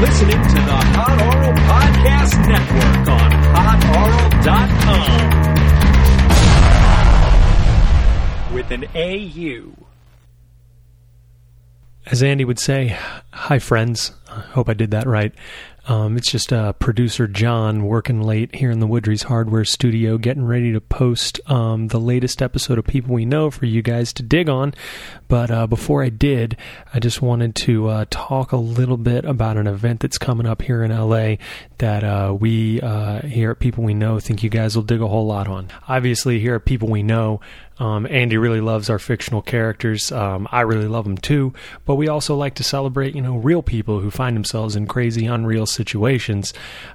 listening to the Hot Oral Podcast Network on hotoral.com. With an AU. as Andy would say, hi, friends. I hope I did that right. Um, it's just uh, producer John working late here in the Woodry's Hardware Studio, getting ready to post um, the latest episode of People We Know for you guys to dig on. But uh, before I did, I just wanted to uh, talk a little bit about an event that's coming up here in LA that uh, we uh, here at People We Know think you guys will dig a whole lot on. Obviously, here at People We Know, um, Andy really loves our fictional characters. Um, I really love them too, but we also like to celebrate, you know, real people who find themselves in crazy, unreal situations.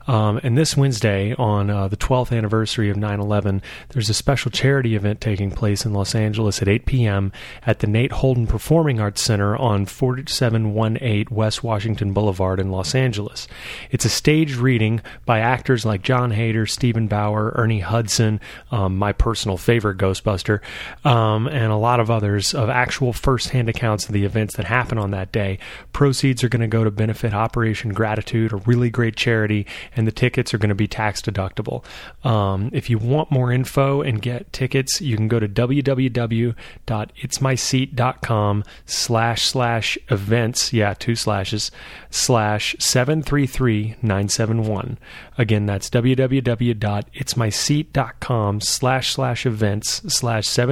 Um, and this Wednesday, on uh, the 12th anniversary of 9 11, there's a special charity event taking place in Los Angeles at 8 p.m. at the Nate Holden Performing Arts Center on 4718 West Washington Boulevard in Los Angeles. It's a staged reading by actors like John Hader, Stephen Bauer, Ernie Hudson, um, my personal favorite Ghostbuster, um, and a lot of others of actual firsthand accounts of the events that happen on that day. Proceeds are going to go to benefit Operation Gratitude, a really great charity, and the tickets are going to be tax deductible. Um, if you want more info and get tickets, you can go to www.itsmyseat.com slash slash events, yeah, two slashes, slash 733971. Again, that's www.itsmyseat.com slash slash events slash 733971.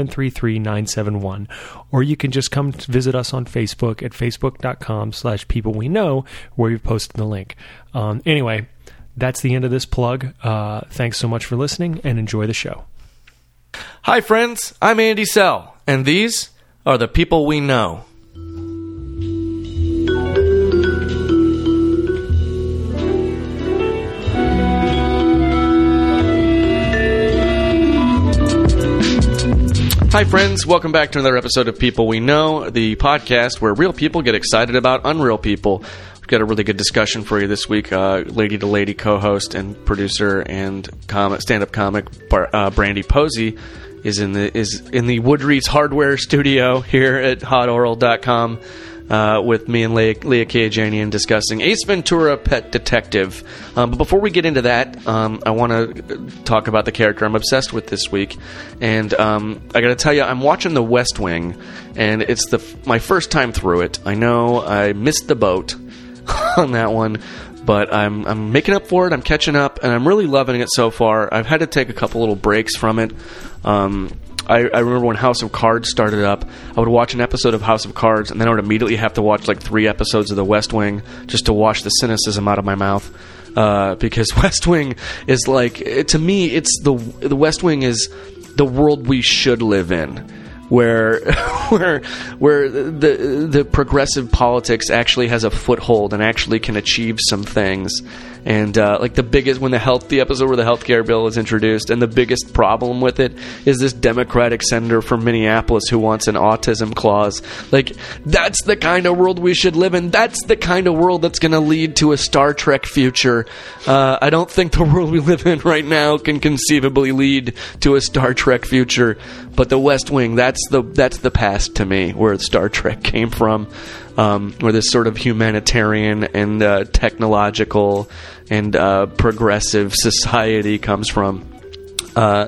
Or you can just come to visit us on Facebook at facebook.com slash people we know where we've posted the link. Um, anyway, that's the end of this plug. Uh, thanks so much for listening and enjoy the show. Hi, friends. I'm Andy Sell, and these are the people we know. Hi, friends. Welcome back to another episode of People We Know, the podcast where real people get excited about unreal people. We've got a really good discussion for you this week. Uh, lady to lady co host and producer and com- stand up comic Bar- uh, Brandy Posey is in the is in the Woodreed's Hardware Studio here at hotoral.com uh, with me and Leah, Leah Kiajanian discussing Ace Ventura Pet Detective. Um, but before we get into that, um, I want to talk about the character I'm obsessed with this week. And um, I got to tell you, I'm watching The West Wing, and it's the f- my first time through it. I know I missed the boat on that one. But I'm, I'm making up for it. I'm catching up, and I'm really loving it so far. I've had to take a couple little breaks from it. Um, I, I remember when House of Cards started up, I would watch an episode of House of Cards, and then I would immediately have to watch like three episodes of The West Wing just to wash the cynicism out of my mouth. Uh, because West Wing is like, it- to me, it's the the West Wing is the world we should live in where where where the the progressive politics actually has a foothold and actually can achieve some things. And uh, like the biggest when the health the episode where the health care bill is introduced and the biggest problem with it is this Democratic senator from Minneapolis who wants an autism clause. Like that's the kind of world we should live in. That's the kind of world that's going to lead to a Star Trek future. Uh, I don't think the world we live in right now can conceivably lead to a Star Trek future. But the West Wing, that's the that's the past to me, where Star Trek came from, um, where this sort of humanitarian and uh, technological and uh, progressive society comes from. Uh,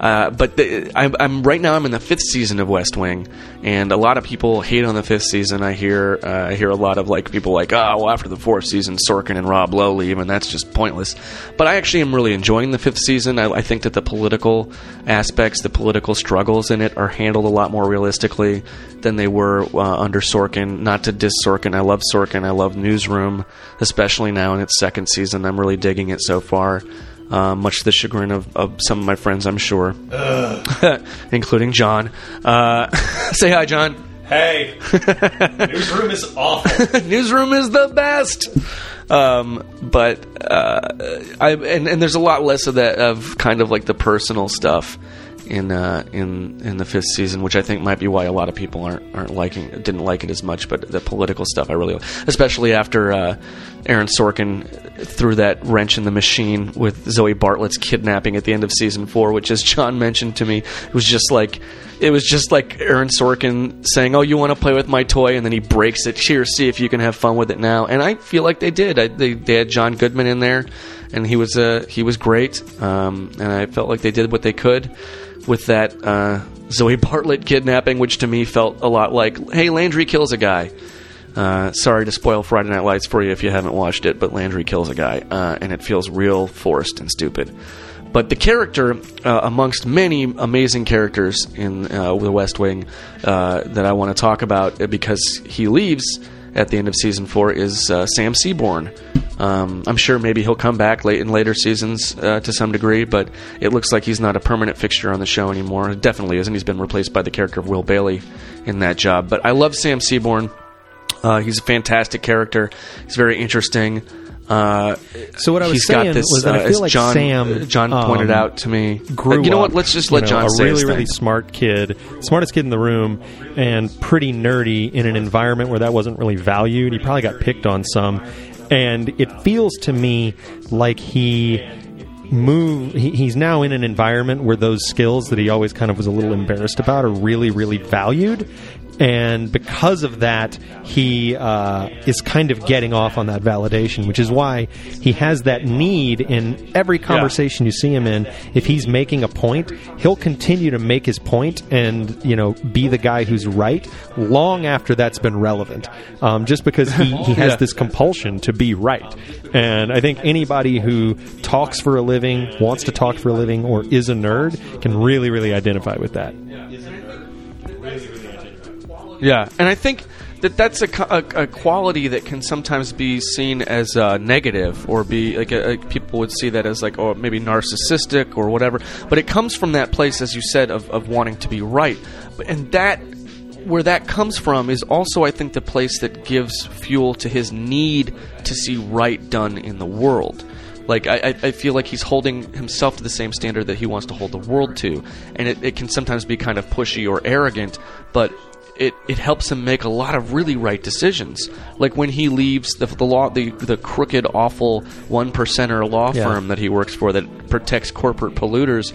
uh, but the, I'm, I'm right now. I'm in the fifth season of West Wing, and a lot of people hate on the fifth season. I hear uh, I hear a lot of like people like, oh, well, after the fourth season, Sorkin and Rob Lowe leave, and that's just pointless. But I actually am really enjoying the fifth season. I, I think that the political aspects, the political struggles in it, are handled a lot more realistically than they were uh, under Sorkin. Not to diss Sorkin, I love Sorkin. I love Newsroom, especially now in its second season. I'm really digging it so far uh, much to the chagrin of, of some of my friends, I'm sure, including John. Uh, say hi, John. Hey, newsroom is awful. Newsroom is the best. Um, but uh, I and, and there's a lot less of that of kind of like the personal stuff in uh, in in the fifth season, which I think might be why a lot of people aren't aren't liking didn't like it as much. But the political stuff I really, especially after uh, Aaron Sorkin threw that wrench in the machine with Zoe Bartlett's kidnapping at the end of season four, which as John mentioned to me, it was just like it was just like Aaron Sorkin saying, "Oh, you want to play with my toy?" and then he breaks it. Here, see if you can have fun with it now. And I feel like they did. I, they they had John Goodman in there, and he was uh, he was great. Um, and I felt like they did what they could with that uh, Zoe Bartlett kidnapping, which to me felt a lot like, "Hey, Landry kills a guy." Uh, sorry to spoil Friday Night Lights for you if you haven't watched it, but Landry kills a guy, uh, and it feels real forced and stupid. But the character, uh, amongst many amazing characters in uh, The West Wing uh, that I want to talk about, uh, because he leaves at the end of season four, is uh, Sam Seaborn. Um, I'm sure maybe he'll come back late in later seasons uh, to some degree, but it looks like he's not a permanent fixture on the show anymore. It definitely isn't. He's been replaced by the character of Will Bailey in that job. But I love Sam Seaborn. Uh, he's a fantastic character. He's very interesting. Uh, So what I was he's saying got this, was that uh, I feel as like John, Sam, uh, John um, pointed out to me. grew Uh, you know up, what? Let's just let you know, John a say really his really thing. smart kid, smartest kid in the room, and pretty nerdy in an environment where that wasn't really valued. He probably got picked on some, and it feels to me like he move he, he's now in an environment where those skills that he always kind of was a little embarrassed about are really really valued and because of that he uh, is kind of getting off on that validation which is why he has that need in every conversation you see him in if he's making a point he'll continue to make his point and you know be the guy who's right long after that's been relevant um, just because he, he has Yeah. this compulsion to be right and i think anybody who talks for a living wants to talk for a living or is a nerd can really really identify with that Yeah, and I think that that's a, co- a, a quality that can sometimes be seen as uh, negative, or be like, uh like people would see that as like, oh, maybe narcissistic or whatever. But it comes from that place, as you said, of, of wanting to be right, But- and that where that comes from is also, I think, the place that gives fuel to his need to see right done in the world. Like I, I- I feel like he's holding himself to the same standard that he wants to hold the world to, and it, it can sometimes be kind of pushy or arrogant, but it, it helps him make a lot of really right decisions. Like when he leaves the the law the, the crooked, awful one percenter law Yeah. firm that he works for that protects corporate polluters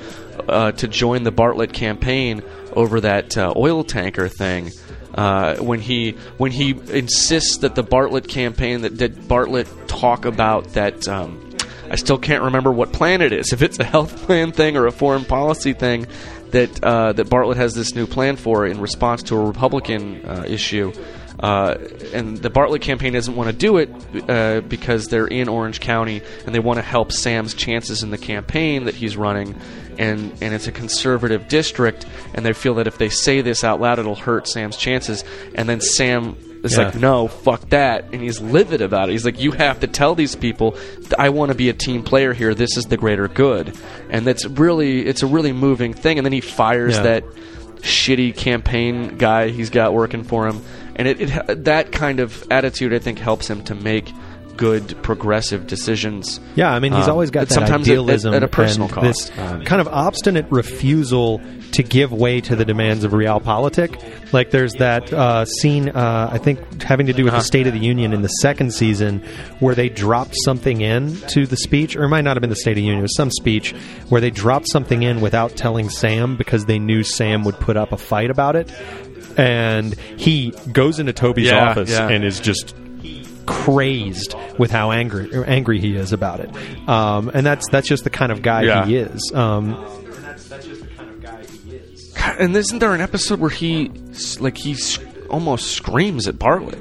uh, to join the Bartlett campaign over that uh, oil tanker thing. Uh, when he when he insists that the Bartlett campaign that, that Bartlett talk about that um, I still can't remember what plan it is. If it's a health plan thing or a foreign policy thing that uh, that Bartlett has this new plan for in response to a Republican uh, issue. Uh, and the Bartlett campaign doesn't want to do it uh, because they're in Orange County and they want to help Sam's chances in the campaign that he's running, and and it's a conservative district, and they feel that if they say this out loud, it'll hurt Sam's chances. And then Sam is Yeah. like, no, fuck that. And he's livid about it. He's like, you have to tell these people, that I want to be a team player here. This is the greater good. And that's really, it's a really moving thing. And then he fires Yeah. that shitty campaign guy he's got working for him. And it, it that kind of attitude, I think, helps him to make good progressive decisions. Yeah, I mean, he's Um, always got but that sometimes at- at- idealism at, a personal and cost. this kind of obstinate refusal to give way to the demands of realpolitik. Like, there's that uh, scene, uh, I think, having to do with Uh-huh. the State of the Union in the second season, where they dropped something in to the speech, or it might not have been the State of the Union, it was some speech where they dropped something in without telling Sam because they knew Sam would put up a fight about it. And he goes into Toby's Yeah, office yeah. and is just crazed with how angry or angry he is about it, um, and that's that's just the kind of guy Yeah. he is. Um, God, and isn't there an episode where he, s- like, he s- almost screams at Bartlett?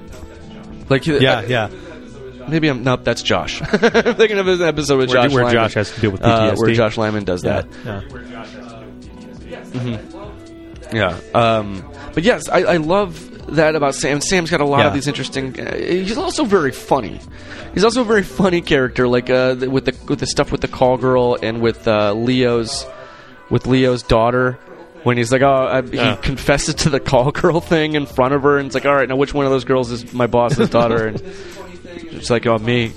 Like, he- uh, yeah, yeah. Maybe I'm not. That's Josh. I'm thinking of his episode with Where- Josh. where Lyman. Josh has to deal with Uh, where PTSD. Josh Lyman does that. yeah. Yeah. Um, but yes, I, I love that about Sam. Sam's got a lot of Yeah. these interesting. Uh, he's also very funny. He's also a very funny character, like uh, th- with the with the stuff with the call girl and with uh, Leo's with Leo's daughter. When he's like, oh, I, Yeah. he confesses to the call girl thing in front of her, and it's like, all right, now which one of those girls is my boss's daughter? And it's like, oh, me.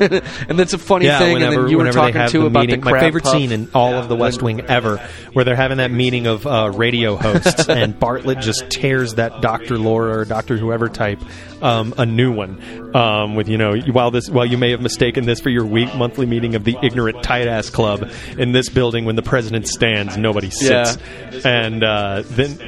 and that's a funny yeah, thing. whenever, and then you were whenever they talking have too the about meeting, the crab my favorite puff. scene in all of the West Wing ever, where they're having that meeting of uh, radio hosts, and Bartlett just tears that Doctor Laura or Doctor whoever type um, a new one um, with you know while this while you may have mistaken this for your week monthly meeting of the ignorant tight ass club in this building when the president stands nobody sits and uh, then.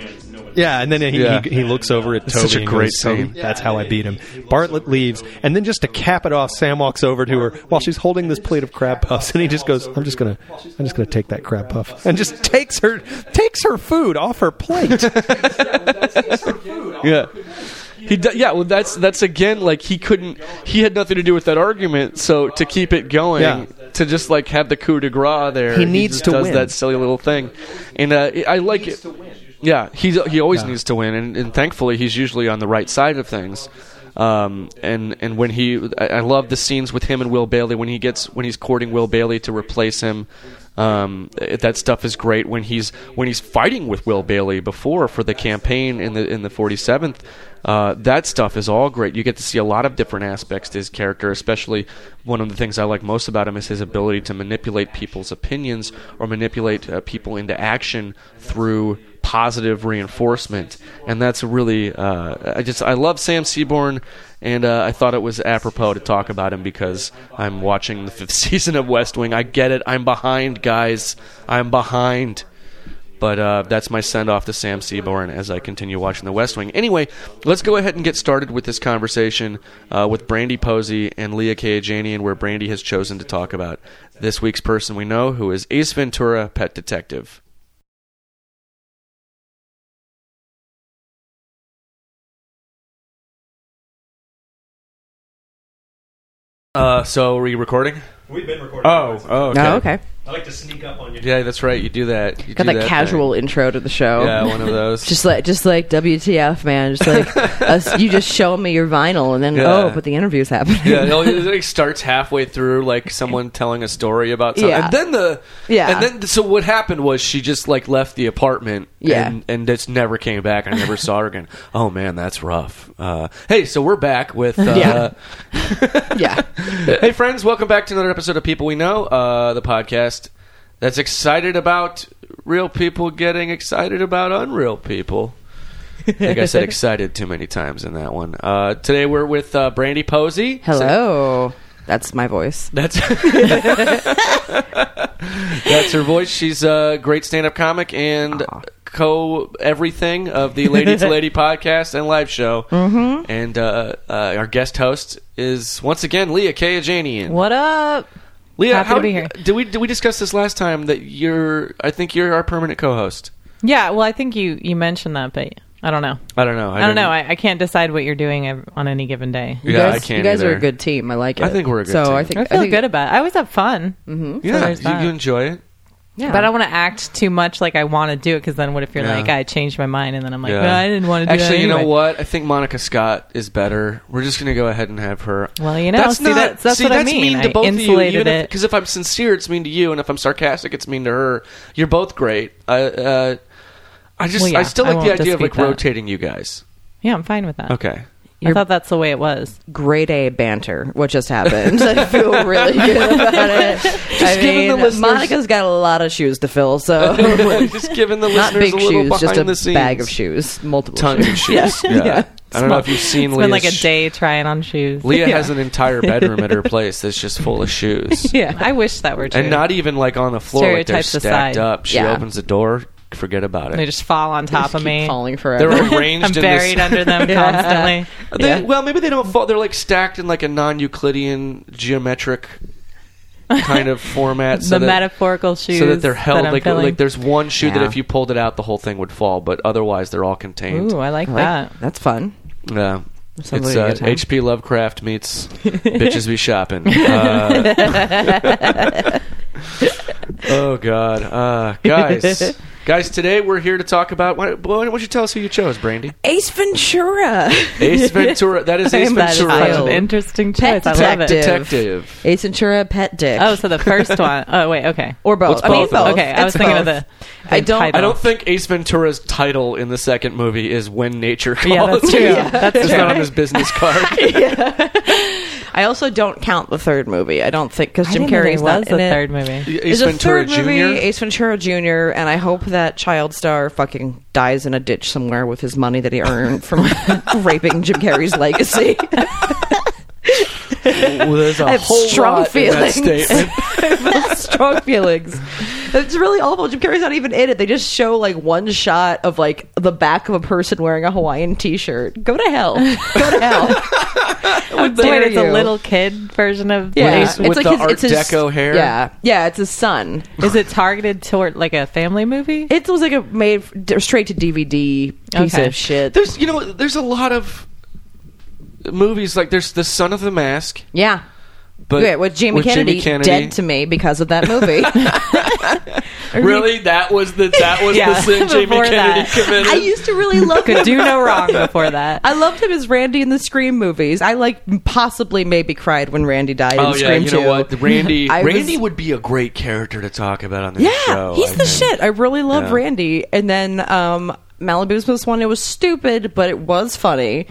Yeah, and then he, Yeah. he, he looks over at Toby. such a and great goes, "Toby, scene." That's how I beat him. Bartlett leaves, and then just to cap it off, Sam walks over to her while she's holding this plate of crab puffs, and he just goes, "I'm just gonna, I'm just gonna take that crab puff," and just takes her, takes her food off her plate. yeah. He d- yeah, well that's that's again like he couldn't he had nothing to do with that argument, so to keep it going Yeah. to just like have the coup de grace there. He needs just to does win. that silly little thing. And uh, I like it. Yeah, he's he always needs to win and, and thankfully he's usually on the right side of things. Um, and and when he I, I love the scenes with him and Will Bailey when he gets when he's courting Will Bailey to replace him. Um, it- that stuff is great when he's when he's fighting with Will Bailey before for the campaign in the in the 47th. Uh, that stuff is all great. You get to see a lot of different aspects to his character, especially one of the things I like most about him is his ability to manipulate people's opinions or manipulate uh, people into action through positive reinforcement. And that's really, uh, I just, I love Sam Seaborn, and uh, I thought it was apropos to talk about him because I'm watching the fifth season of West Wing. I get it. I'm behind, guys. I'm behind. But uh, that's my send off to Sam Seaborn as I continue watching The West Wing. Anyway, let's go ahead and get started with this conversation uh, with Brandy Posey and Leah Kajanian, where Brandy has chosen to talk about this week's person we know, who is Ace Ventura, Pet Detective. Uh, so, are we recording? We've been recording. Oh, oh, okay. Oh, okay. I like to sneak up on you. Yeah, that's right. You do that. You Got do that thing. casual intro to the show. Yeah, one of those. Just like, just like WTF, man. Just like us, you just show me your vinyl, and then Yeah. oh, but the interview's happening. Yeah, it only- it like starts halfway through, like someone telling a story about something, Yeah. and then the Yeah. and then so what happened was she just like left the apartment, Yeah. and, and just never came back. I never saw her again. Oh man, that's rough. Uh, hey, so we're back with uh, Yeah. yeah. hey friends, welcome back to another episode of People We Know, uh, the podcast that's excited about real people getting excited about unreal people. I think I said excited too many times in that one. Uh, today we're with uh, Brandy Posey. Hello. That's my voice. That's that's her voice. She's a great stand-up comic and co everything of the Lady to Lady podcast and live show. Mm-hmm. And uh, uh, our guest host is once again Leah Kajanian. What up? Leah, Happy how to be here. did we did we discuss this last time that you're? I think you're our permanent co-host. Yeah, well, I think you you mentioned that, but I don't know. I don't know. I, I don't didn't- know. I, I can't decide what you're doing ev- on any given day. You yeah, guys, I can't. You guys either. are a good team. I like it. I think we're a good so team. I think I feel think, good about. it. I always have fun, Yeah, there's you, that. you enjoy it. Yeah. but I don't want to act too much like I want to do it because then what if you're Yeah. like I changed my mind and then I'm like Yeah. no, I didn't want to do Actually, that you know anyway." what? I think Monica Scott is better. We're just going to go ahead and have her. Well, you know, see, that's- that's see, what I that's mean. mean to I both of insulated you. it. Because if, I'm sincere, it's mean to you, and if I'm sarcastic, it's mean to her. You're both great. I, uh, I just, Well, yeah, I still I like the won't idea of like dispute that. rotating you guys. Yeah, I'm fine with that. Okay. I You're- thought that's the way it was. grade A banter. What just happened? I feel really good about it. I giving the mean, listeners- Monica's got a lot of shoes to fill, so just giving the not listeners big a little shoes, behind just a the scenes. bag of shoes, multiple Tons of shoes. shoes. Yeah. I don't know if you've seen It's Leah's been like a sh- day trying on shoes. Leah yeah. has an entire bedroom at her place that's just full of shoes. yeah, I wish that were true. And not e- even like on the floor, like they're Stereotypes stacked aside. up. She Yeah. opens the door, forget about it. they just fall on top Just of keep me. falling They're forever. arranged. I'm in buried this, under them constantly. They- Yeah. Well, maybe they don't fall. They're like stacked in like a non-Euclidean geometric kind of format. So the that, metaphorical shoes. So that they're held I'm like filling. like there's one shoe that Yeah. if you pulled it out, the whole thing would fall. But otherwise, they're all contained. Ooh, I like I that. like, that's fun. Yeah. it's Sounds like a uh, good time. H.P. Lovecraft meets bitches be shopping. Uh, oh God, uh, guys, guys! Today we're here to talk about. Why, why don't you tell us who you chose, Brandy? Ace Ventura. Ace Ventura. That is Ace am That is Ventura. thrilled. such an interesting choice. Pet I love it. detective. detective. Ace Ventura pet dick. Oh, so the first one. Oh, wait. Okay. or both. What's I mean, both of them? Okay, I was It's thinking of both. the. the I don't- title. I don't think Ace Ventura's title in the second movie is "When Nature Calls." Yeah, that's true. That's it's true. not on his business card. I also don't count the third movie. I don't think because I Jim didn't know there Carrey's not was in the it. third movie. Ace There's Ventura a third movie, Jr. Ace Ventura Jr., and I hope that child star fucking dies in a ditch somewhere with his money that he earned from raping Jim Carrey's legacy. Well, there's a I have whole strong lot in that feelings. statement. strong feelings. It's really awful. Jim Carrey's not even in it. They just show like one shot of like the back of a person wearing a Hawaiian T-shirt. Go to hell. Go to hell. Wait, Wait, it's a little kid version of Yeah, With his- with the Art his- Deco hair? Yeah, yeah, it's his son. Is it targeted toward like a family movie? It was like a made f- straight to DVD piece Okay. of shit. There's you know there's a lot of movies like there's the Son of the Mask, yeah, but yeah, with Jamie, Kennedy, dead to me because of that movie. Really, that was the that was the Yeah, sin Jamie before Kennedy that. committed. I used to really love Could him. do no wrong before that. I loved him as Randy in the Scream movies. I like possibly maybe cried when Randy died oh in yeah, Scream you know 2. what? Randy I was- Randy would be a great character to talk about on this Yeah, show. he's I the think. shit. I really love Yeah. Randy. And then um, Malibu's Most Wanted was stupid, but it was funny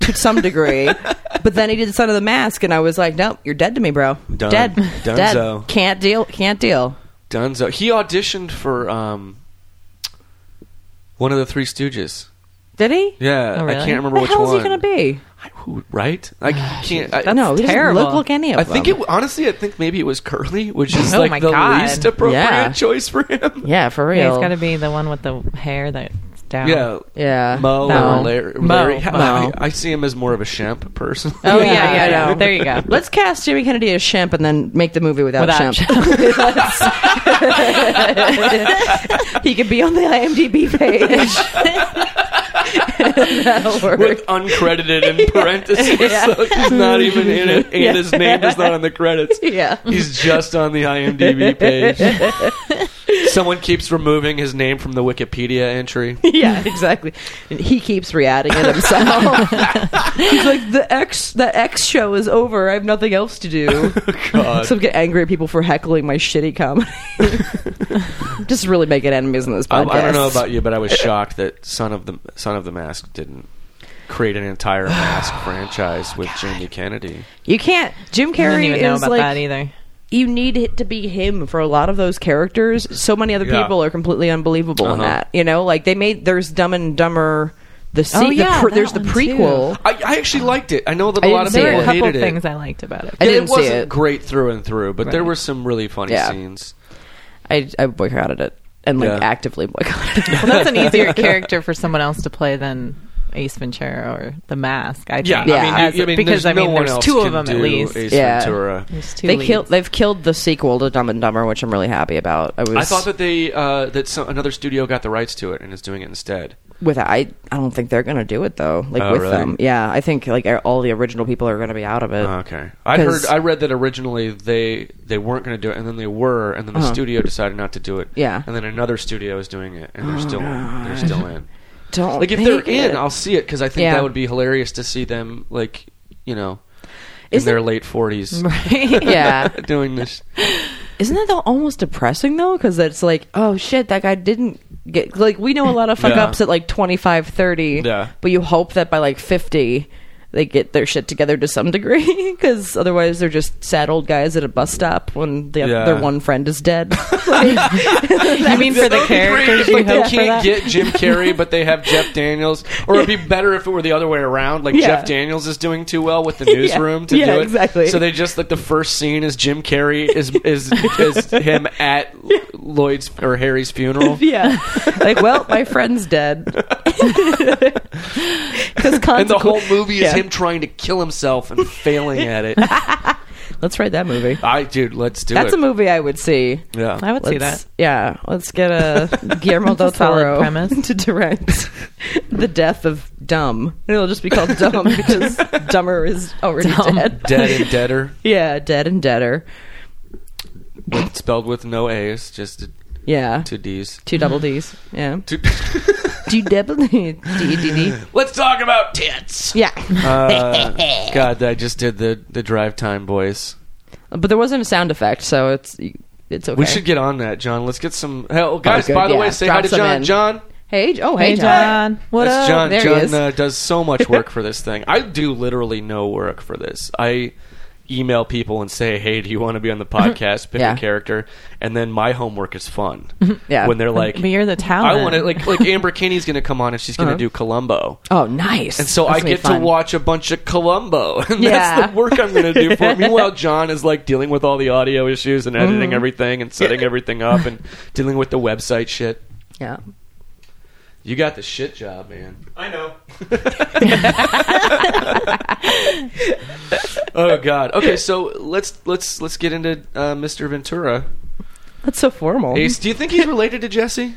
to some degree. but then he did Son of the Mask, and I was like, nope, you're dead to me, bro. Done. Dead, Dunzo. dead. Can't deal. Can't deal. Dunzo. He auditioned for um one of the Three Stooges. Did he? Yeah, Oh, I really? can't remember which What the hell one. is he gonna be? Ah, I- who- right? I can't. I, I know. He doesn't terrible. look like any of I think them. it honestly. I think maybe it was Curly, which is Oh my like the God. least appropriate Yeah. choice for him. yeah, for real. Yeah, it's got to be the one with the hair that's down. Yeah, Yeah. Mo That or one. Larry. Mo. Larry- Mo. I, I see him as more of a Shemp person. Oh, Oh yeah, yeah, yeah, yeah. I know. There you go. Let's cast Jimmy Kennedy as Shemp and then make the movie without, Without Shemp. he could be on the IMDb page. That'll work. With uh, uncredited in parentheses, so he's not even in it, and his name is not on the credits. Yeah. He's just on the IMDb page. Someone keeps removing his name from the Wikipedia entry. Yeah, exactly. He keeps re-adding it himself. He's like the X. The X show is over. I have nothing else to do. Oh, God. So I get angry at people for heckling my shitty comedy. Just really making enemies in this I, podcast. I don't know about you, but I was shocked that Son of the Son of the Mask didn't create an entire mask franchise with Jamie Kennedy. you. Can't Jim I didn't Carrey even know is about like that either. you need it to be him for a lot of those characters. So many other Yeah. people are completely unbelievable in Uh-huh. that. You know, like they made there's Dumb and Dumber. The se- Oh, the yeah, pre- that there's the one, prequel. I, I actually liked it. I know that I a lot didn't of see There people were a couple hated it. things I liked about it. I Yeah, didn't it see wasn't it. great through and through, but there Right. were some really funny Yeah. scenes. I, I boycotted it and like Yeah. actively boycotted. it. Well, that's an easier character for someone else to play than Ace Ventura or The Mask. I think. Yeah, Yeah. I mean, As- you- I mean, because there's I mean, no one there's else two of can them at do least. Ace Yeah. Ventura. There's two They leads. killed. They've killed the sequel to Dumb and Dumber, which I'm really happy about. I was. I thought that they uh, that some, another studio got the rights to it and is doing it instead. with I. I don't think they're gonna do it though. Like Oh, with really? them, yeah. I think like all the original people are gonna be out of it. Okay, I Uh, 'Cause- heard I read that originally they they weren't going to do it, and then they were, and then the Uh-huh. studio decided not to do it. Yeah. Oh, and then another studio is doing it, and they're still they're still in. Don't Like if make they're in, Oh, it. I'll see it because I think Yeah. that would be hilarious to see them like you know in Isn't- their late forties yeah. doing this. Isn't that though almost depressing though? Because it's like, oh shit, that guy didn't get. Like we know a lot of fuck Yeah. ups at like 25, 30. Yeah. But you hope that by like fifty, they get their shit together to some degree. Because otherwise, they're just sad old guys at a bus stop when the, Yeah. their one friend is dead. you mean for the characters you like they hope for can't that? get Jim Carrey, but they have Jeff Daniels. Or it'd be better if it were the other way around. Like Yeah. Jeff Daniels is doing too well with the newsroom to Yeah, do it. exactly. So they just like the first scene is Jim Carrey is is, is him at Lloyd's or Harry's funeral. yeah. Like, well, my friend's dead. Because And the whole movie is him trying to kill himself and failing at it. Let's write that movie. I dude, let's Ah, do That's it. a movie I would see. yeah. I would see that. Let's- Yeah, let's get a Guillermo del That's a solid Toro premise. to direct the death of dumb. And It'll just be called dumb because dumber is already Dumb. dead. Dead and deader, Yeah, dead and deader. with- spelled with no A's, just Yeah, two Mm-hmm. D's. two double D's. Yeah, Two- two double D D D. Let's talk about tits. Yeah, Uh, God, I just did the the drive time boys. but there wasn't a sound effect, so it's it's okay. We should get on that, John. Let's get some. Hell, guys, good, by the yeah. way, say Drop hi to some John. in. John, Hey, J- oh, hey, Hey, John. John. What That's up? John. there John he is. Uh, does so much work for this thing. I do literally no work for this. I email people and say, "Hey, do you want to be on the podcast? Pick Yeah. a character," and then my homework is fun. Yeah. when they're like, But you're the I talent. want to like like Amber Kinney's going to come on and she's Uh-huh. going to do Columbo. Oh, nice. And so That's I gonna be get to fun. watch a bunch of Columbo, and Yeah. that's the work I'm going to do for it. Meanwhile, John is like dealing with all the audio issues and Mm. editing everything and setting everything up and dealing with the website shit. Yeah. You got the shit job, man. I know. oh God. Okay, so let's let's let's get into uh, Mr. Ventura. That's so formal. Ace, do you think he's related to Jesse?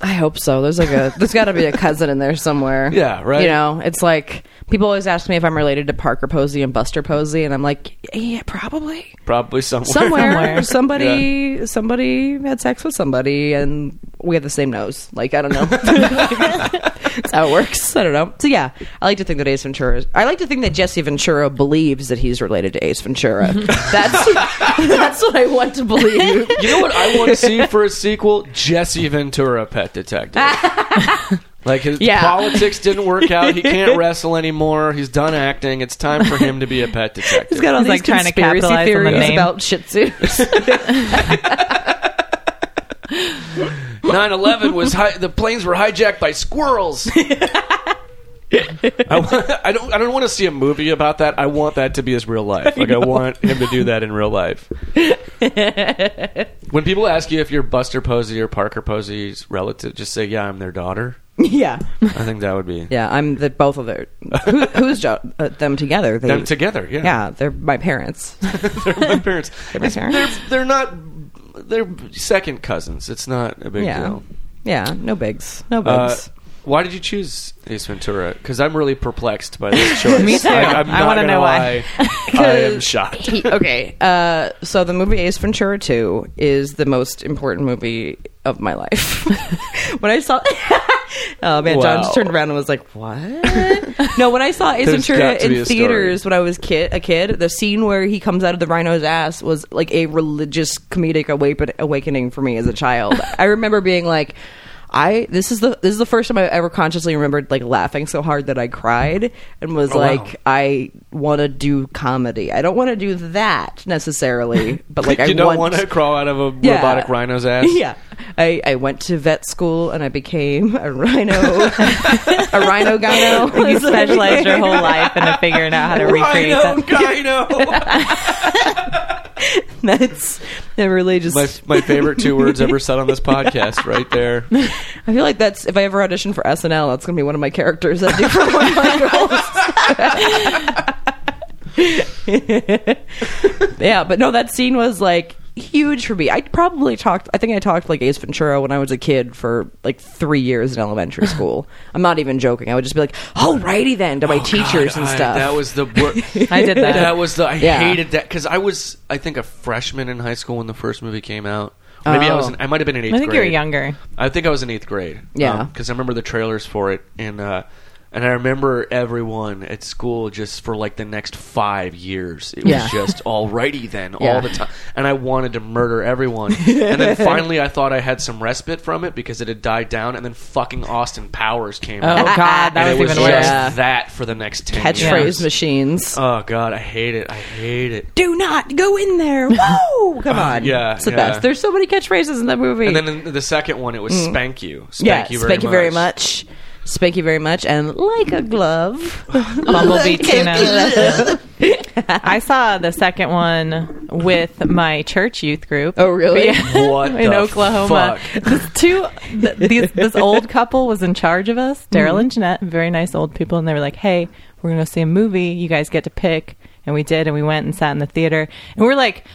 I hope so. There's like a there's got to be a cousin in there somewhere. Yeah, right. You know, it's like people always ask me if I'm related to Parker Posey and Buster Posey, and I'm like, yeah, probably Probably somewhere. somewhere. Somebody somebody had sex with somebody, and we have the same nose. Like I don't know. That's how it works. I don't know. So yeah, I like to think that Ace Ventura. Is, I like to think that Jesse Ventura believes that he's related to Ace Ventura. That's that's what I want to believe. You know what I want to see for a sequel? Jesse Ventura, Pet Detective. like his Yeah. politics didn't work out. He can't wrestle anymore. He's done acting. It's time for him to be a pet detective. He's got all He's, these like, trying to conspiracy capitalize on the theories name. about Shih Tzus. 9/11 was hi- the planes were hijacked by squirrels. I, wa- I don't. I don't want to see a movie about that. I want that to be his real life. Like I, want him to do that in real life. when people ask you if you're Buster Posey or Parker Posey's relative, just say, "Yeah, I'm their daughter." yeah. I think that would be Yeah, I'm the both of their. Who, who's jo- uh, them together? They, them together. Yeah, Yeah, they're my parents. they're my parents. They're my parents. They're, they're not. They're second cousins. It's not a big yeah. deal. Yeah, no bigs. No Uh, bigs. why did you choose Ace Ventura? Because I'm really perplexed by this choice. Me too. I, am I want wanna to know lie. why. I am shocked. He- okay, uh, so the movie Ace Ventura 2 is the most important movie of my life. when I saw. oh, man, John Wow. just turned around and was like, what? no, when I saw Ace There's Ventura got to be in a story. theaters when I was kid, a kid, the scene where he comes out of the rhino's ass was like a religious comedic awaken- awakening for me as a child. I remember being like, I this is the this is the first time I ever consciously remembered like laughing so hard that I cried and was Oh, wow. like I want to do comedy. I don't want to do that necessarily, but like I you don't want want to crawl out of a Yeah. robotic rhino's ass. Yeah, I, I went to vet school and I became a rhino, a rhino gyno. you specialized your whole life into figuring out how to recreate Rhino, that. gyno. That's that really just. my, my favorite two words ever said on this podcast, right there. I feel like that's if I ever audition for SNL, that's gonna be one of my characters I do for one of my roles. yeah, but no, that scene was like huge for me. I probably talked. I think I talked like Ace Ventura when I was a kid for like three years in elementary school. I'm not even joking. I would just be like, "Alrighty then," to my teachers and Oh, God, I- stuff. that was the wor- I did that. That was the I Yeah. hated that because I was I think a freshman in high school when the first movie came out. Maybe I Oh. was in, I might have been in eighth. I think grade. you were younger. I think I was in eighth grade. Yeah. because I remember the trailers for it, and uh, and I remember everyone at school just for like the next five years. It was Yeah. just alrighty then Yeah. all the time, and I wanted to murder everyone. and then finally, I thought I had some respite from it because it had died down, and then fucking Austin Powers came Oh out. God, that and was, it was even just worse. Yeah. that for the next ten Catchphrase years. machines. Oh God, I hate it. I hate it. do not go in there. Whoa! Come on. Uh, yeah, It's the yeah. best. There's so many catchphrases in that movie. And then in the second one, it was spank you, spank Mm. yeah, you, very spank you very much. Spank you very much, and like a glove. Bumblebee tuna. I saw the second one with my church youth group. Oh, really? Yeah. What in the Oklahoma? fuck? This two, th- these, this old couple was in charge of us. Daryl Mm-hmm. and Jeanette, very nice old people, and they were like, "Hey, we're gonna go see a movie. You guys get to pick." And we did, and we went and sat in the theater, and we're like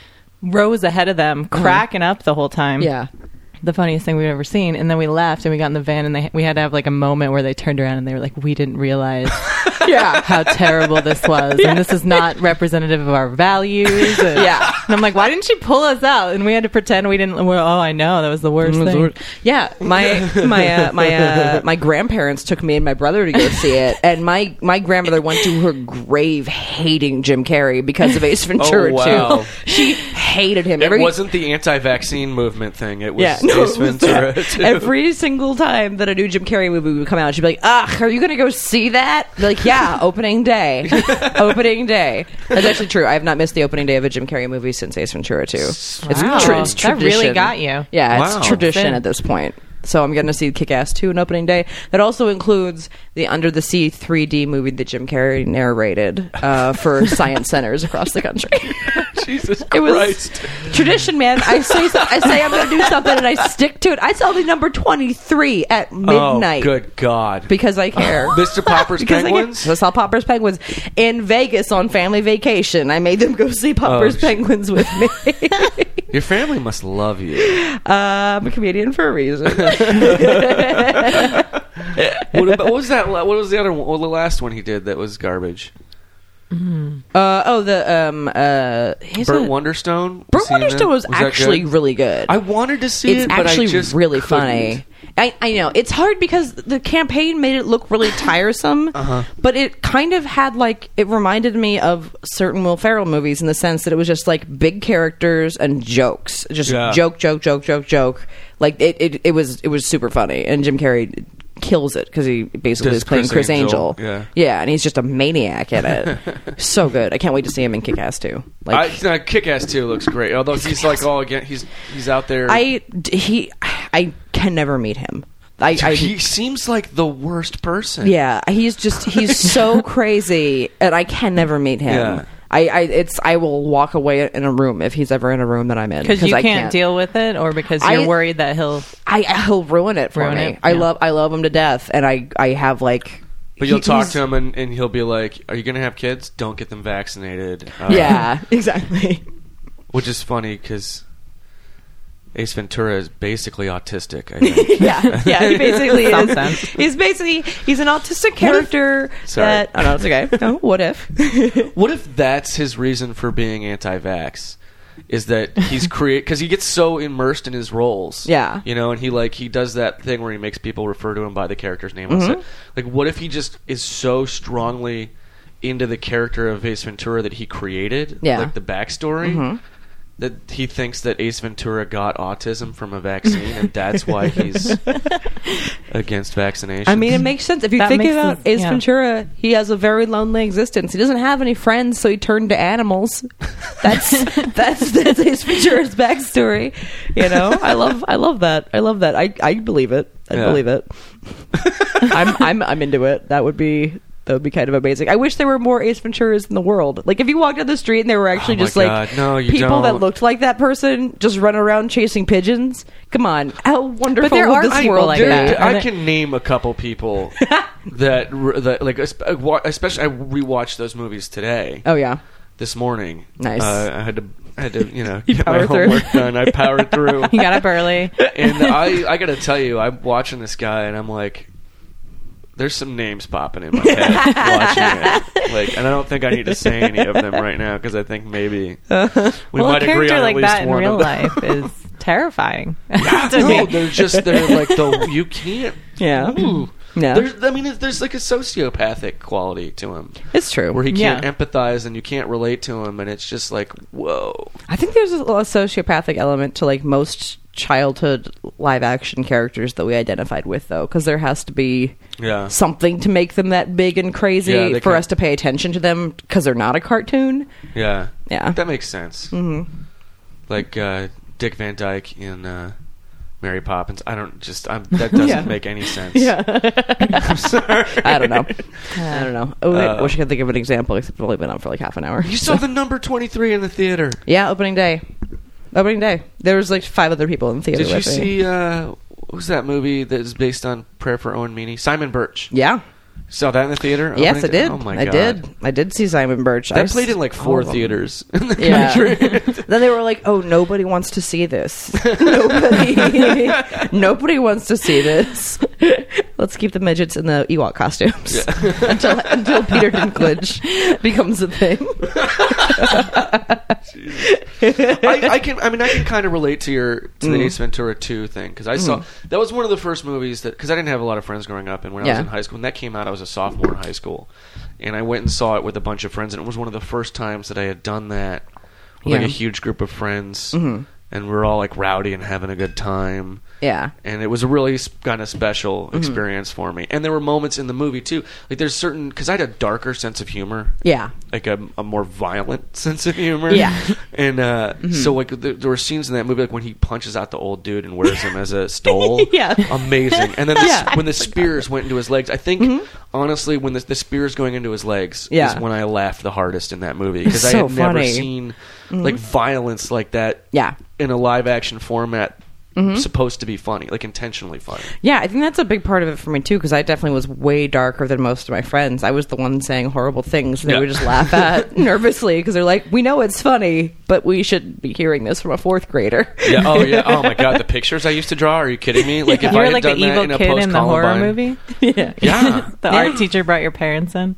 rows ahead of them, cracking up the whole time Uh-huh. Yeah. the funniest thing we've ever seen. And then we left and we got in the van and they, we had to have like a moment where they turned around and they were like, we didn't realize how terrible this was. And this is not representative of our values. And, Yeah. And I'm like, why didn't you pull us out? And we had to pretend we didn't. Well, oh, I know. That was the worst That's thing. the word. Yeah, my my uh, my uh, my grandparents took me and my brother to go see it, and my my grandmother went to her grave hating Jim Carrey because of Ace Ventura wow. too. She hated him. It wasn't the anti-vaccine movement thing. It was Yeah. Ace Ventura. too. Every single time that a new Jim Carrey movie would come out, she'd be like, "Ugh, are you going to go see that?" Be like, yeah, opening day, opening day. That's actually true. I have not missed the opening day of a Jim Carrey movie since Ace Ventura Two. It's, Wow. tra- it's That really tradition. got you. Yeah, Wow. it's tradition Thin. at this point. So I'm going to see Kick Ass Two on opening day. That also includes the Under the Sea 3D movie that Jim Carrey narrated uh, for science centers across the country. Jesus It was Christ. tradition, man. I say so- I say I'm going to do something, and I stick to it. I saw the number 23 at midnight Oh, good God. because I care. Mr. Popper's Because I care. Penguins? I saw Popper's Penguins in Vegas on family vacation. I made them go see Popper's Oh, sh- Penguins with me. Your family must love you. uh, I'm a comedian for a reason. What, about, what was that? la- What was the other one? Well, the last one he did that was garbage. Uh, oh, the um, uh, he's Burt a- Wonderstone. Burt Seen that? Wonderstone was, that actually good? really good. I wanted to see it's it, but actually I just really couldn't. funny. I, I know it's hard because the campaign made it look really tiresome, Uh-huh. but it kind of had like it reminded me of certain Will Ferrell movies in the sense that it was just like big characters and jokes, just Yeah. joke, joke, joke, joke, joke. Like it, it, it was it was super funny, and Jim Carrey kills it because he basically Does is playing Chris Chris Angel, Angel. yeah. yeah, and he's just a maniac in it. so good, I can't wait to see him in Kick Ass too. I, Like no, Kick-Ass 2 looks great. Although he's like all again, he's he's out there. I d- he I can never meet him. I, I he seems like the worst person. yeah, he's just he's so crazy, and I can never meet him. Yeah. I, I it's I will walk away in a room if he's ever in a room that I'm in because you I can't, deal with it, or because you're I- worried that he'll. I he'll ruin it for Ruin me. it, I yeah. love I love him to death, and I I have like. But you'll he- talk he's- to him and, and he'll be like, "Are you going to have kids? Don't get them vaccinated." Uh, Yeah, exactly. which is funny because Ace Ventura is basically autistic. I think. Yeah, yeah. He basically Some is. sense. He's basically he's an autistic character. Sorry. that oh no, it's okay. No, what if? what if that's his reason for being anti-vax? Is that he's create because he gets so immersed in his roles. Yeah. you know, and he like he does that thing where he makes people refer to him by the character's name. Mm-hmm. On set. Like, what if he just is so strongly into the character of Ace Ventura that he created? Yeah. Mm-hmm. like the backstory. That he thinks that Ace Ventura got autism from a vaccine, and that's why he's against vaccination. I mean, it makes sense. If you That think makes about sense, Ace yeah. Ventura, he has a very lonely existence. He doesn't have any friends, so he turned to animals. That's that's, that's Ace Ventura's backstory. You know, I love I love that. I love that. I, I believe it. I Yeah. believe it. I'm I'm I'm into it. That would be that would be kind of amazing. I wish there were more Ace Venturas in the world. Like if you walked down the street and there were actually Oh my just God, like no, you people don't. that looked like that person just running around chasing pigeons. Come on, how wonderful there would are this people world like be? that. Dude, Are I they- can name a couple people that r- that like esp- uh, wa- especially I rewatched those movies today Oh yeah. this morning. Nice. Uh, I had to I had to you know get my powered through. homework done. I powered through, He got up early. and I I gotta tell you, I'm watching this guy and I'm like. There's some names popping in my head watching it, like, and I don't think I need to say any of them right now because I think maybe we Uh-huh. well, a might agree character on at like least that in one real of them. life is terrifying. to no, me. they're just they're like the you can't. Yeah. Mm. Ooh. Yeah. There's, I mean, there's like a sociopathic quality to him It's true. where he Yeah. can't empathize and you can't relate to him, and it's just like, whoa. I think there's a, a sociopathic element to like most childhood live action characters that we identified with, though, because there has to be Yeah. something to make them that big and crazy Yeah, they for can't- us to pay attention to them because they're not a cartoon. Yeah. Yeah. That makes sense. Mm-hmm. Like uh, Dick Van Dyke in uh, Mary Poppins. I don't just I'm, that doesn't Yeah. make any sense. I'm sorry. I don't know. I don't know. Oh, I Uh, wish I could think of an example, except it's only been on for like half an hour. You saw the number twenty three in the theater. Yeah, opening day. Opening day. There was like five other people in the theater Did you with me. see uh, what was that movie that is based on Prayer for Owen Meany? Simon Birch. Yeah. Saw that in the theater. Yes, I Opening day? did. Oh my I god. did. I did see Simon Birch. I That played in like four of 'em. theaters in the Yeah. country. then they were like, "Oh, nobody wants to see this. nobody, nobody wants to see this. Let's keep the midgets in the Ewok costumes until until Peter Dinklage becomes a thing." I, I can. I mean, I can kind of relate to your to Mm. the Ace Ventura Two thing because I saw that was one of the first movies that because I didn't have a lot of friends growing up, and when I was Yeah. in high school, when that came out, I was a sophomore in high school, and I went and saw it with a bunch of friends, and it was one of the first times that I had done that with like Yeah. Mm-hmm. a huge group of friends. and we were all like rowdy and having a good time. Yeah. And it was a really kind of special experience for me. And there were moments in the movie too, like there's certain because I had a darker sense of humor. Yeah. Like a, a more violent sense of humor. Yeah. And uh, so like there, there were scenes in that movie like when he punches out the old dude and wears him as a stole. Yeah. Amazing. And then the, Yeah. when the spears went into his legs, I think honestly when the, the spears going into his legs Yeah. is when I laughed the hardest in that movie because I So had never funny. seen like violence like that. Yeah. In a live action format. Supposed to be funny, like intentionally funny. Yeah, I think that's a big part of it for me too, because I definitely was way darker than most of my friends. I was the one saying horrible things they Yeah. would just laugh at nervously because they're like, "We know it's funny, but we shouldn't be hearing this from a fourth grader." Yeah. Oh yeah. Oh my god. The pictures I used to draw. Are you kidding me? Like if you I were had like the done that in evil a kid post in the horror Columbine movie. Yeah. the art teacher brought your parents in.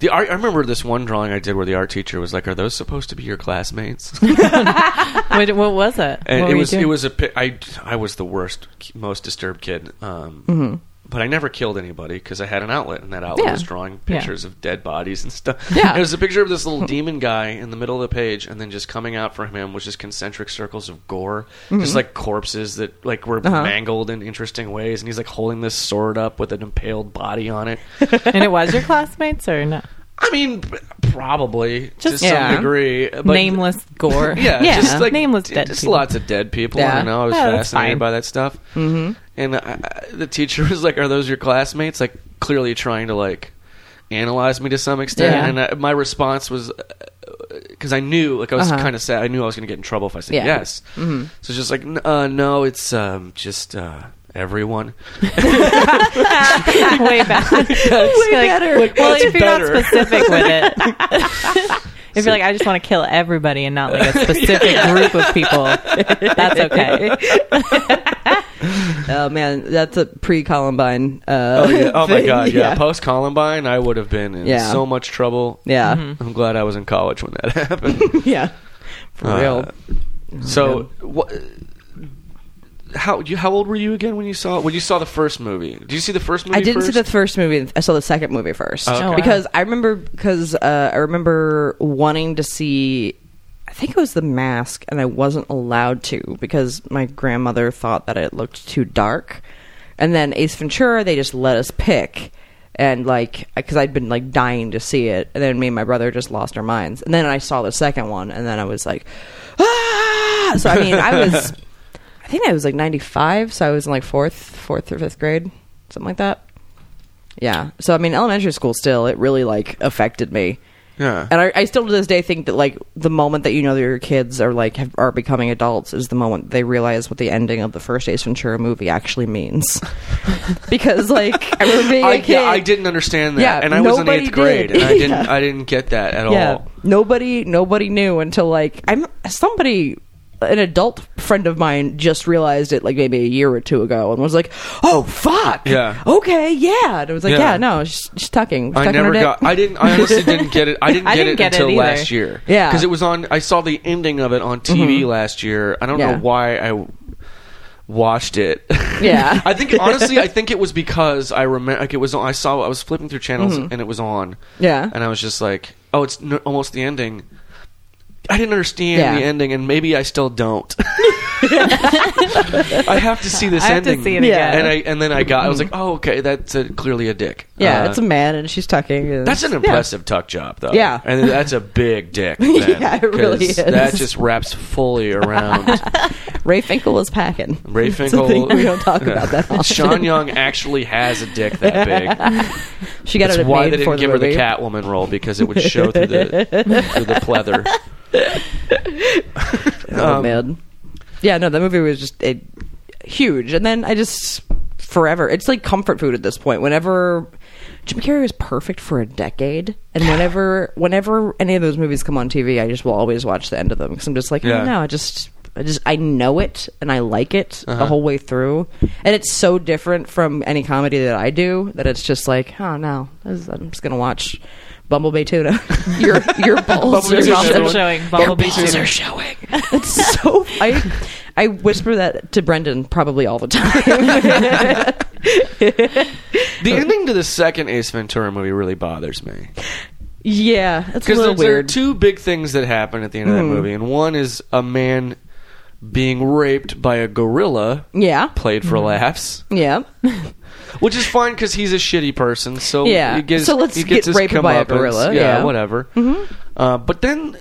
The art. I remember this one drawing I did where the art teacher was like, "Are those supposed to be your classmates?" What, what was it? And what it were was. you It doing? was a. pi- I. I was the worst, most disturbed kid. Um, But I never killed anybody because I had an outlet, and that outlet Yeah. was drawing Yeah. pictures of dead bodies and stuff. Yeah. it was a picture of this little demon guy in the middle of the page, and then just coming out from him was just concentric circles of gore, just like corpses that like were mangled in interesting ways. And he's like holding this sword up with an impaled body on it. and it was your classmates or no? I mean, p- probably to Just- some Yeah. degree. But Nameless gore. Yeah, Yeah. just like Nameless d- dead Just people. lots of dead people. I Yeah. don't know. I was Yeah, that's fascinated fine. by that stuff. Mm-hmm. And I, I- the teacher was like, "Are those your classmates?" Like clearly trying to like analyze me to some extent. Yeah. And I, my response was because I knew, like, I was kind of sad. I knew I was going to get in trouble if I said Yeah. yes. Mm-hmm. So it's just like, "N- uh, no, it's um, just uh, everyone. way better. better. well, It's if you're better. not specific with it. If you're like, I just want to kill everybody and not like a specific group of people, that's okay. oh man, that's a pre-Columbine. Uh, Oh, yeah. oh my thing. god, yeah. Post Columbine, I would have been in Yeah. so much trouble. yeah, I'm glad I was in college when that happened. yeah, for Uh, real. Mm-hmm. so, what? How you? How old were you again when you saw when you saw the first movie? Did you see the first movie? I didn't see first? the first movie. I saw the second movie first Oh, okay. because I remember because uh, I remember wanting to see. I think it was The Mask, and I wasn't allowed to because my grandmother thought that it looked too dark. And then Ace Ventura, they just let us pick, and like because I'd been like dying to see it, and then me and my brother just lost our minds. And then I saw the second one, and then I was like, ah! So I mean, I was. I think I was like 95, so I was in like fourth, fourth or fifth grade, something like that. Yeah. So I mean, elementary school still it really like affected me. Yeah. And I, I still to this day think that like the moment that you know that your kids are like have, are becoming adults is the moment they realize what the ending of the first Ace Ventura movie actually means. because like I remember being a I, kid. yeah, I didn't understand that, Yeah, and I was in nobody eighth grade, did. and I didn't. Yeah. I didn't get that at Yeah. all. Nobody nobody knew until like I'm somebody an adult friend of mine just realized it like maybe a year or two ago and was like, "Oh fuck." Yeah. Okay, yeah. And it was like, Yeah. yeah, no, she's, she's tucking. She's I tucking her never dick. got. I didn't. I honestly didn't get it. I didn't I get didn't it get it until either. last year. Yeah. because it was on. I saw the ending of it on TV last year. I don't Yeah. know why I w- watched it. Yeah. I think honestly, I think it was because I remember. Like it was. On, I saw. I was flipping through channels and it was on. Yeah. and I was just like, oh, it's n- almost the ending. I didn't understand Yeah. the ending, and maybe I still don't. I have to see this I have to ending. see it Yeah. again. And I and then I got. I was like, oh, okay, that's a, clearly a dick. Yeah, Uh, it's a man and she's tucking. and- that's an impressive tuck job, though. Yeah. and that's a big dick. Then, Yeah, it really 'cause is. That just wraps fully around Ray Finkel was packing. Ray Finkel. Something we don't talk about that often. Sean Young actually has a dick that big. She got That's it why made they for didn't give her the movie. Catwoman role because it would show through the through the pleather. Oh Um, man, yeah, no, that movie was just it, huge, and then I just forever. It's like comfort food at this point. Whenever Jim Carrey was perfect for a decade, and whenever whenever any of those movies come on TV, I just will always watch the end of them because I'm just like, Yeah. I don't know, I just. I just I know it and I like it the whole way through, and it's so different from any comedy that I do that it's just like oh no, this is- I'm just gonna watch Bumblebee Tuna. your your balls Bumblebee are Tuna. showing. showing Your Bumblebee balls Tuna. are showing. It's so. I I whisper that to Brendan probably all the time. The ending to the second Ace Ventura movie really bothers me. yeah, it's a Because there, little there are weird. Hmm. two big things that happen at the end of that movie, and one is a man being raped by a gorilla, Yeah. Mm-hmm. played for laughs, Yeah. which is fine because he's a shitty person. So Yeah. he gets, So let's he gets his get raped by a comeuppance. gorilla, yeah. Mm-hmm. whatever. Uh, but then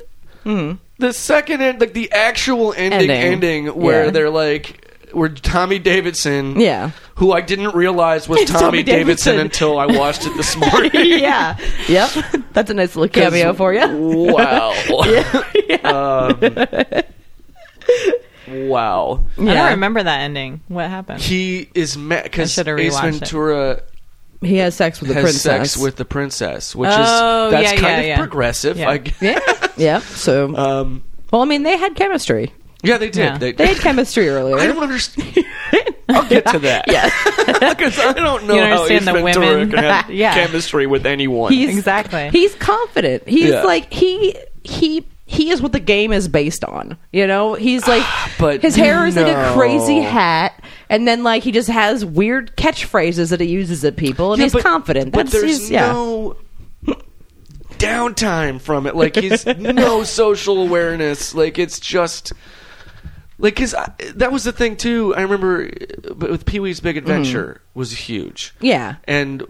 the second end, like the actual ending, ending, Ending. where Yeah. they're like. Where Tommy Davidson, Yeah. who I didn't realize was It's Tommy, Tommy Davidson, Davidson. until I watched it this morning. yeah. Yep. That's a nice little cameo for you. Wow. Um, wow. I Yeah. don't remember that ending. What happened? He is mad because I should've Ace rewatched it. Ventura He has sex with the has princess. sex with the princess, which Oh, is that's yeah, kind yeah, of yeah. progressive. Yeah. I g Yeah. Yeah. So, um, well, I mean, they had chemistry. yeah, they did. Yeah. They, They had chemistry I earlier. don't understand. I'll get to that. Yeah, because I don't know You don't how Ace understand the Ventura women. can have Yeah. chemistry with anyone. He's- exactly. He's confident. He's Yeah. like he he he is what the game is based on. You know, he's like Ah, But his hair is like a no. crazy hat, and then like he just has weird catchphrases that he uses at people, and Yeah, he's but- confident. But That's there's he's- yeah. no downtime from it. Like he's no social awareness. Like it's just like because that was the thing too. I remember uh, but with Pee Wee's Big Adventure was huge. Mm-hmm. Yeah. and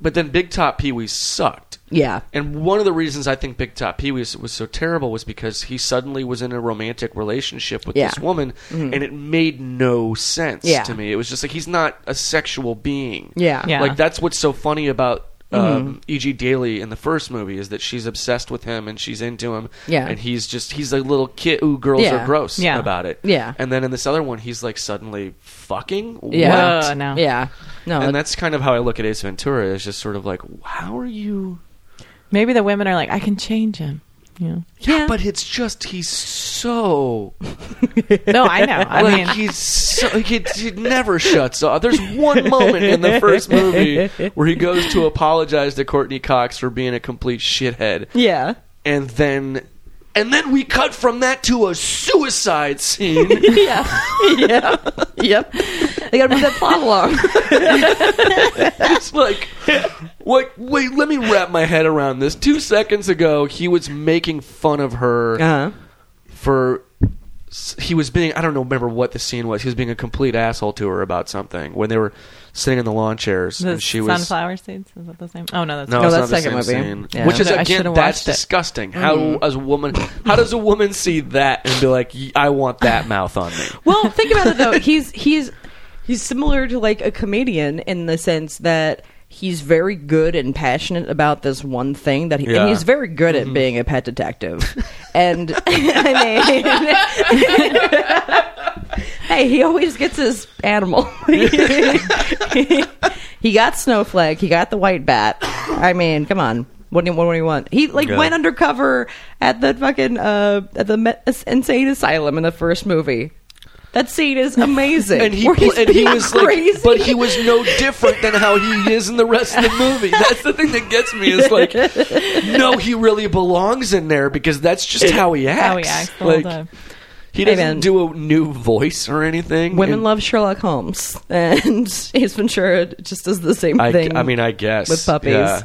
but then Big Top Pee Wee sucked. Yeah. And one of the reasons I think Big Top Pee Wee was, was so terrible was because he suddenly was in a romantic relationship with Yeah. Mm-hmm. this woman, and it made no sense Yeah. to me. It was just like he's not a sexual being. Yeah. Yeah. Like that's what's so funny about Mm-hmm. um, E.G. Daly in the first movie is that she's obsessed with him and she's into him. Yeah. And he's just he's a little kid. Ooh, girls Yeah. are gross Yeah. about it. Yeah. And then in this other one, he's like suddenly fucking. Yeah. What? Oh, no. Yeah. No. And it- that's kind of how I look at Ace Ventura. Is just sort of like, how are you? Maybe the women are like, I can change him. You yeah. But it's just he's so know? No, I know. I like mean, he's so like, it, it never shuts off. There's one moment in the first movie where he goes to apologize to Courtney Cox for being a complete shithead. yeah. and then and then we cut from that to a suicide scene. Yeah. yeah. Yep. They gotta move that plot along. it's like, what? Wait, let me wrap my head around this. Two seconds ago, he was making fun of her Uh-huh. for he was being I don't know remember what the scene was. He was being a complete asshole to her about something when they were sitting in the lawn chairs the and she was. sunflower seeds. Is that the same? Oh no, that's No, No, it's that's not second the same movie. Scene. Yeah. Which is I again, should've that's watched it. Mm. disgusting. How as a woman, how does a woman see that and be like, "Y- I want that mouth on me? Well, think about it though. He's he's he's similar to like a comedian in the sense that he's very good and passionate about this one thing that he Yeah. Mm-hmm. and he's very good at being a pet detective. and I mean Hey, he always gets his animal. he got Snowflake, he got the white bat. I mean, come on. What do you, what do you want? He like Yeah. went undercover at the fucking uh at the me- insane asylum in the first movie. That scene is amazing. and he Where he's pl- and he being was crazy. like, but he was no different than how he is in the rest of the movie. That's the thing that gets me is like, no, he really belongs in there because that's just how he acts. how he acts the like whole time. he doesn't man. do a new voice or anything. Women And love Sherlock Holmes, and Ace Ventura just does the same I, thing. I mean, I guess with puppies. Yeah.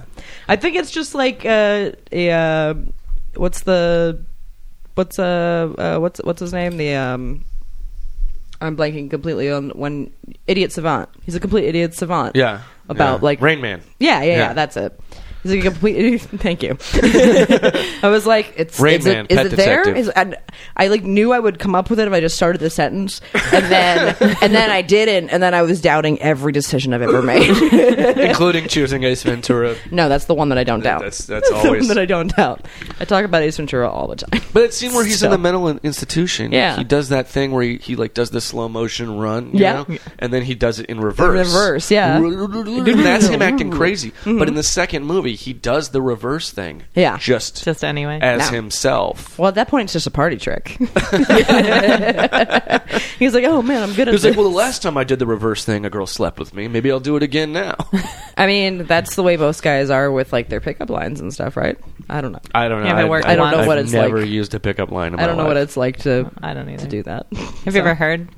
I think it's just like uh, a, uh, what's the what's uh, uh what's what's his name? The um, I'm blanking completely on one idiot savant. He's a complete idiot savant. Yeah. About Yeah. like Rain Man. Yeah, yeah, yeah, Yeah. That's it. He's like a complete. Thank you. I was like, it's Rain is Man, it, is Pet it there? Detective. Is, and I like knew I would come up with it if I just started the sentence, and then and then I didn't, and then I was doubting every decision I've ever made. including choosing Ace Ventura. no, that's the one that I don't doubt. That's that's the one always. that I don't doubt. I talk about Ace Ventura all the time. But that scene where he's in So- the mental in- institution, Yeah. he does that thing where he, he like does the slow motion run, you Yeah. know? and then he does it in reverse. reverse, yeah. Mm-hmm. And that's him acting crazy. But in the second movie, he does the reverse thing, Yeah. just, Just anyway. as No. himself. Well, at that point, it's just a party trick. He's like, oh man, I'm good He at was this. like, "Well, the last time I did the reverse thing, a girl slept with me. Maybe I'll do it again now." I mean, that's the way most guys are with like their pickup lines and stuff, right? I don't know. I don't know. Yeah, but I, work I once. I've I don't know what it's never like. used a pickup line. In I my don't know life. what it's like to I don't either. to do that. Have you ever heard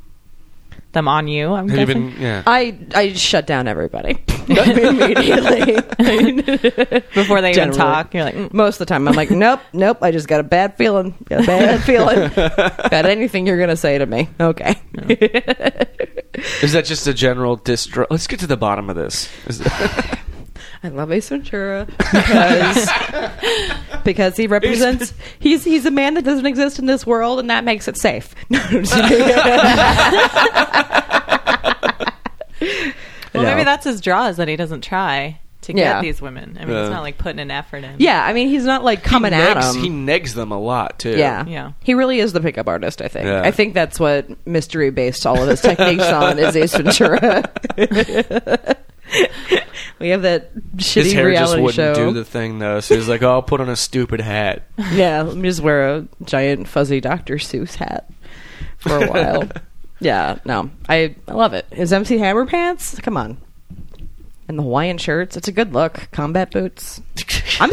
them on you? I'm Have you guessing. been? Yeah. I I shut down everybody. immediately. before they even Generally. talk. You're like, mm. Most of the time, I'm like, nope, nope. I just got a bad feeling. Got a bad feeling about anything you're gonna say to me. Okay. Is that just a general distrust? Let's get to the bottom of this. Is- I love Ace Ventura because because he represents he's he's a man that doesn't exist in this world, and that makes it safe. No, I'm just kidding. No. well, maybe that's his draw is that he doesn't try to Yeah. get these women. I mean, Yeah. it's not like putting an effort in. yeah. I mean, he's not like coming he at negs, him. He negs them a lot too. Yeah. Yeah. He really is the pickup artist, I think. Yeah. I think that's what mystery based all of his techniques on is Ace Ventura. we have that shitty His hair just reality wouldn't show. do the thing though. So he's like, "Oh, I'll put on a stupid hat." yeah, let me just wear a giant fuzzy Dr. Seuss hat for a while. yeah, no. I, I love it. His MC Hammer pants? Come on. And the Hawaiian shirts. It's a good look. Combat boots. I'm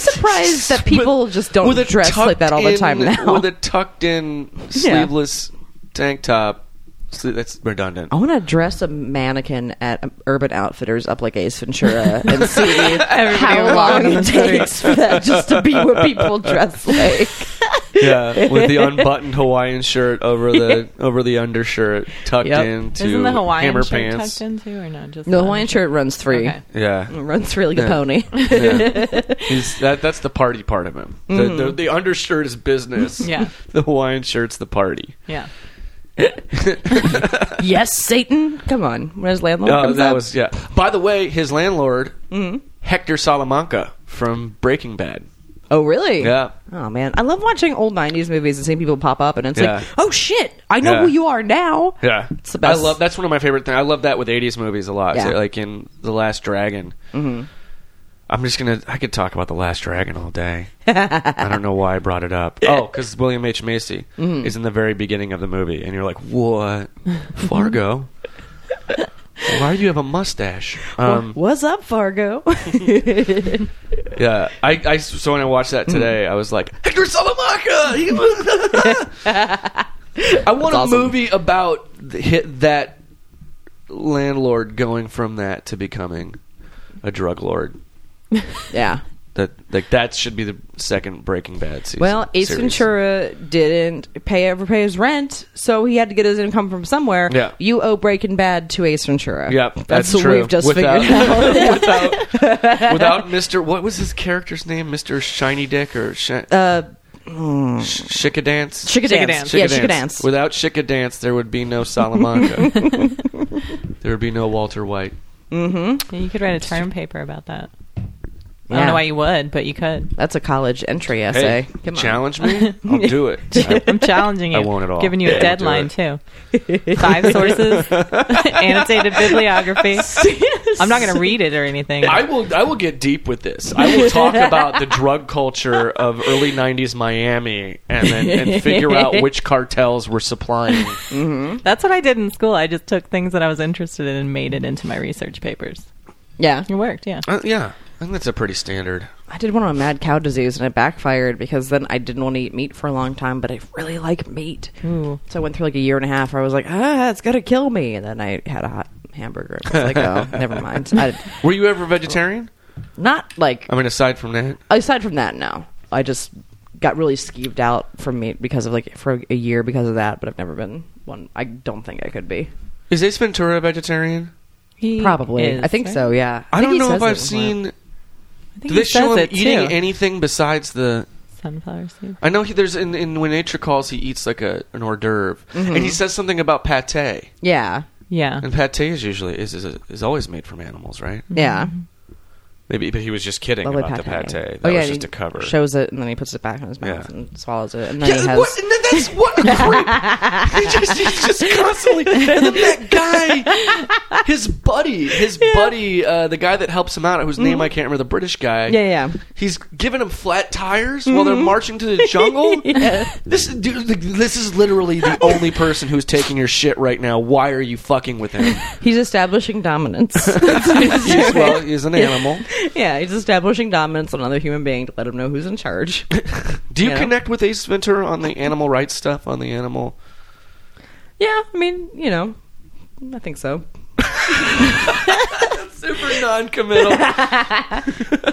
surprised that people just don't With a dress like that all the tucked time in- now. With a tucked in sleeveless tank top. Sle- that's redundant. I want to dress a mannequin at Urban Outfitters up like Ace Ventura and see how long walking it takes for that just to be what people dress like. Yeah, with the unbuttoned Hawaiian shirt over the over the undershirt tucked Yep. into Isn't the Hawaiian hammer shirt pants. tucked into or no? Just The Hawaiian shirt runs free. Okay. Yeah. It runs really Yeah. good pony. Yeah. He's, that, that's the party part of him. The, Mm-hmm. the, the undershirt is business. Yeah. The Hawaiian shirt's the party. Yeah. yes, Satan. Come on. When his landlord Oh, comes that up. was yeah. By the way, his landlord, Mm-hmm. Hector Salamanca from Breaking Bad. oh, really? Yeah. Oh man, I love watching old '90s movies and seeing people pop up, and it's Yeah. like, oh shit, I know Yeah. who you are now. Yeah, It's the best. I love that's one of my favorite things. I love that with '80s movies a lot. Yeah. Mm-hmm. So, like in The Last Dragon. I'm just gonna. I could talk about The Last Dragon all day. I don't know why I brought it up. Oh, because William H Macy Mm-hmm. is in the very beginning of the movie, and you're like, "What, Fargo? why do you have a mustache?" Um, What's up, Fargo? yeah, I, I. So when I watched that today, I was like, Hector Salamanca. He was- I want a movie about the, hit that landlord going from that to becoming a drug lord. yeah. That like that should be the second Breaking Bad season. Well, Ace series. Ventura didn't pay ever pay his rent, so he had to get his income from somewhere. Yeah. You owe Breaking Bad to Ace Ventura. Yep, that's, that's what true. we've just Without- figured out. without without Mister. What was his character's name? Mister Shiny Dick or Sh- uh, Sh- Shika Dance? Chicka Chicka dance. Dance. yeah, Chicka dance. Without Shika Dance, there would be no Salamanca. there would be no Walter White. Yeah, You could write a term paper about that. I Yeah. don't know why you would, but you could. That's a college entry Hey, essay. Come on. challenge me? I'll do it. I'm challenging you. I won't at all. Giving you Yeah, a I'll do deadline it. too. Five sources, annotated bibliography. I'm not going to read it or anything. I will. I will get deep with this. I will talk about the drug culture of early '90s Miami, and then and figure out which cartels were supplying. That's what I did in school. I just took things that I was interested in and made it into my research papers. Yeah, It worked, yeah. Uh, yeah, I think that's a pretty standard. I did one on mad cow disease, and it backfired because then I didn't want to eat meat for a long time, but I really like meat. Hmm. So I went through like a year and a half. Where I was like, ah, it's gonna kill me, and then I had a hot hamburger. I was like, oh, never mind. I, Were you ever vegetarian? not like I mean, aside from that, aside from that, no. I just got really skeeved out from meat because of like for a year because of that, but I've never been one. I don't think I could be. is Ace Ventura a vegetarian? He Probably, is, I think right? so. Yeah, I, think don't he know says if it I've in one. seen. I think Do he they show says him it too. eating anything besides the? Sunflower seeds. I know he, there's in, in when nature calls, he eats like a an hors d'oeuvre, Mm-hmm. and he says something about pate. Yeah, Yeah. And pate is usually is is, is always made from animals, right? Mm-hmm. yeah. Maybe, but he was just kidding Lovely about pate. the pate. That Oh, yeah, was he just a cover. Shows it and then he puts it back in his mouth Yeah. and swallows it, and then yeah, he has. what, and then that's what a creep. he just, he's just constantly. And then that guy, his buddy, his buddy, uh, the guy that helps him out, whose name I can't remember, the British guy. Mm-hmm. Yeah, yeah. He's giving him flat tires while they're marching to the jungle. This is- dude, like, this is literally the only person who's taking your shit right now. Why are you fucking with him? He's establishing dominance. He's, well, he's an animal. yeah, he's establishing dominance on another human being to let him know who's in charge. Do you Yeah. connect with Ace Ventura on the animal rights stuff? On the animal. yeah, I mean, you know, I think so. Super non-committal.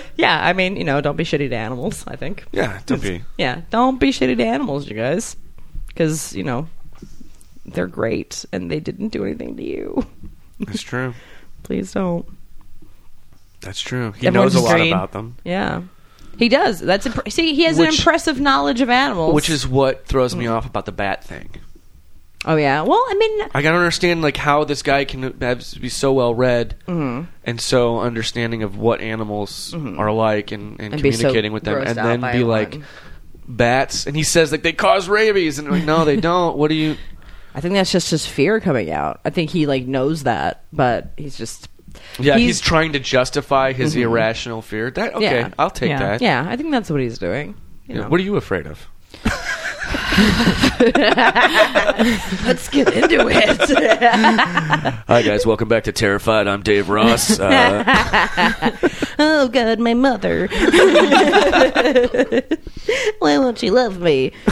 Yeah, I mean, you know, don't be shitty to animals, I think. yeah, don't be. Yeah, don't be shitty to animals, you guys. Because, you know, they're great and they didn't do anything to you. That's true. Please don't. That's true. He Everyone's knows a lot green. about them, Yeah. He does. That's impr- see, he has an Which- impressive knowledge of animals. which is what throws me off about the bat thing. oh yeah. Well, I mean, I gotta understand like how this guy can have, be so well read Mm-hmm. and so understanding of what animals are like and, and, And be so communicating with them, grossed and out then by be one. like bats. And he says like they cause rabies, and like no, they don't. What do you? I think that's just his fear coming out. I think he like knows that, but he's just Yeah, he's, trying to justify his irrational fear. That okay, Mm-hmm. Yeah. I'll take Yeah. that. yeah. I think that's what he's doing. You Yeah, know. What are you afraid of? Let's get into it. Hi guys, welcome back to Terrified. I'm Dave Ross. Uh, oh God, my mother. Why won't you love me?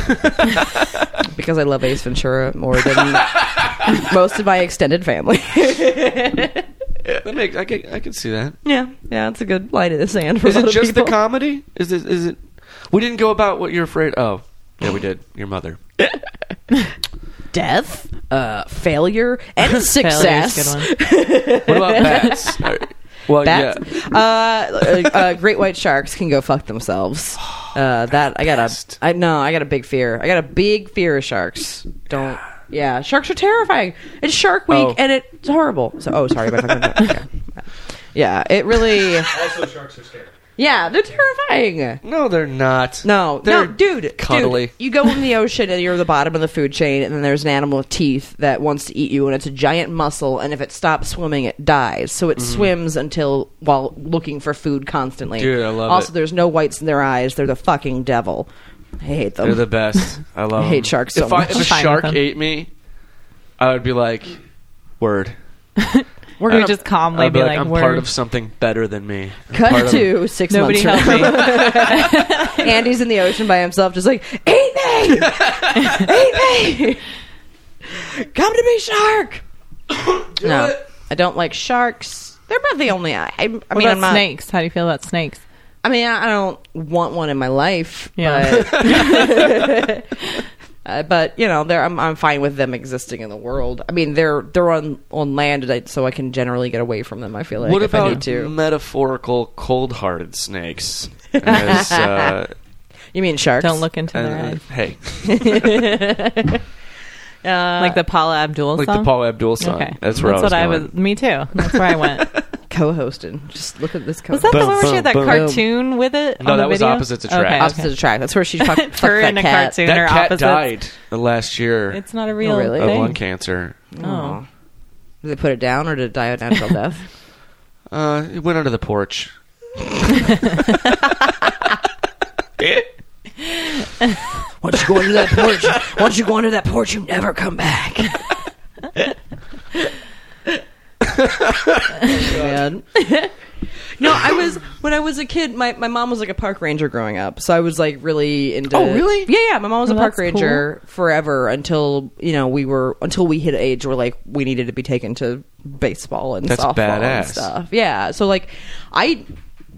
because I love Ace Ventura more than most of my extended family. that makes, I can I can see that. yeah, yeah, it's a good line in the sand for Is a lot it of just the people. comedy? Is it? Is it? We didn't go about what you're afraid. Oh, yeah, we did. Your mother. death, uh, failure, and Failure's success. a good one. What about bats? All right. Well, Bats, Oh, yeah. uh, uh, great white sharks can go fuck themselves. Uh, that I got best. a, I know I got a big fear. I got a big fear of sharks. Don't, yeah, sharks are terrifying. It's Shark Week Oh. and it's horrible. So, oh, sorry, about that. Okay. yeah, it really. Also, sharks are scary. Yeah, they're terrifying. No, they're not. No, They're no, dude, dude, cuddly. You go in the ocean and you're at the bottom of the food chain, and then there's an animal with teeth that wants to eat you, and it's a giant mussel. And if it stops swimming, it dies. So it Mm-hmm. swims until while looking for food constantly. Dude, I love Also, it. there's no whites in their eyes. They're the fucking devil. I hate them. They're the best. I love. Um, I hate them. sharks so If, I, much. if a I'm fine with shark them. ate me, I would be like, word. We're Or gonna just calmly I'd be, like, I'm "Word." part of something better than me. I'm part cut of- to six Nobody months. help me. from- Andy's in the ocean by himself, just like eat me, eat me. Come to me, shark. no, I don't like sharks. They're about the only. I, I mean, What about I'm not. snakes? How do you feel about snakes? I mean, I I don't want one in my life. Yeah. But, Uh, but you know, they're, I'm I'm fine with them existing in the world. I mean, they're they're on on land, I- so I can generally get away from them. I feel like What if I need about to. metaphorical, cold-hearted snakes? As, uh, you mean sharks? Don't look into their uh, eyes. hey, Uh, like the Paula Abdul uh, like song. the Paul Abdul song. Okay, That's where what I I was. going. was. Me too. That's where I went. co-hosting. Just look at this. Co- Was that the Boom, one where she had that boom, boom. cartoon with it? No, on the that was video? Opposites Attract. Okay, okay. opposite attract. That's where she fucked, fucked Her that in a cat. cartoon. or That cat opposites. died the last year It's not a real really? of thing. lung cancer. Oh. Did they put it down or did it die a natural death? Uh, it went under the porch. Once you go into that porch, once you go into that porch, you never come back. Man. no, I was when I was a kid. My, my mom was like a park ranger growing up, so I was like really into. Oh, really? Yeah, yeah. My mom was a Oh, park that's ranger forever until you know we were until we hit age where like we needed to be taken to baseball and That's softball and badass. stuff. Yeah, so like I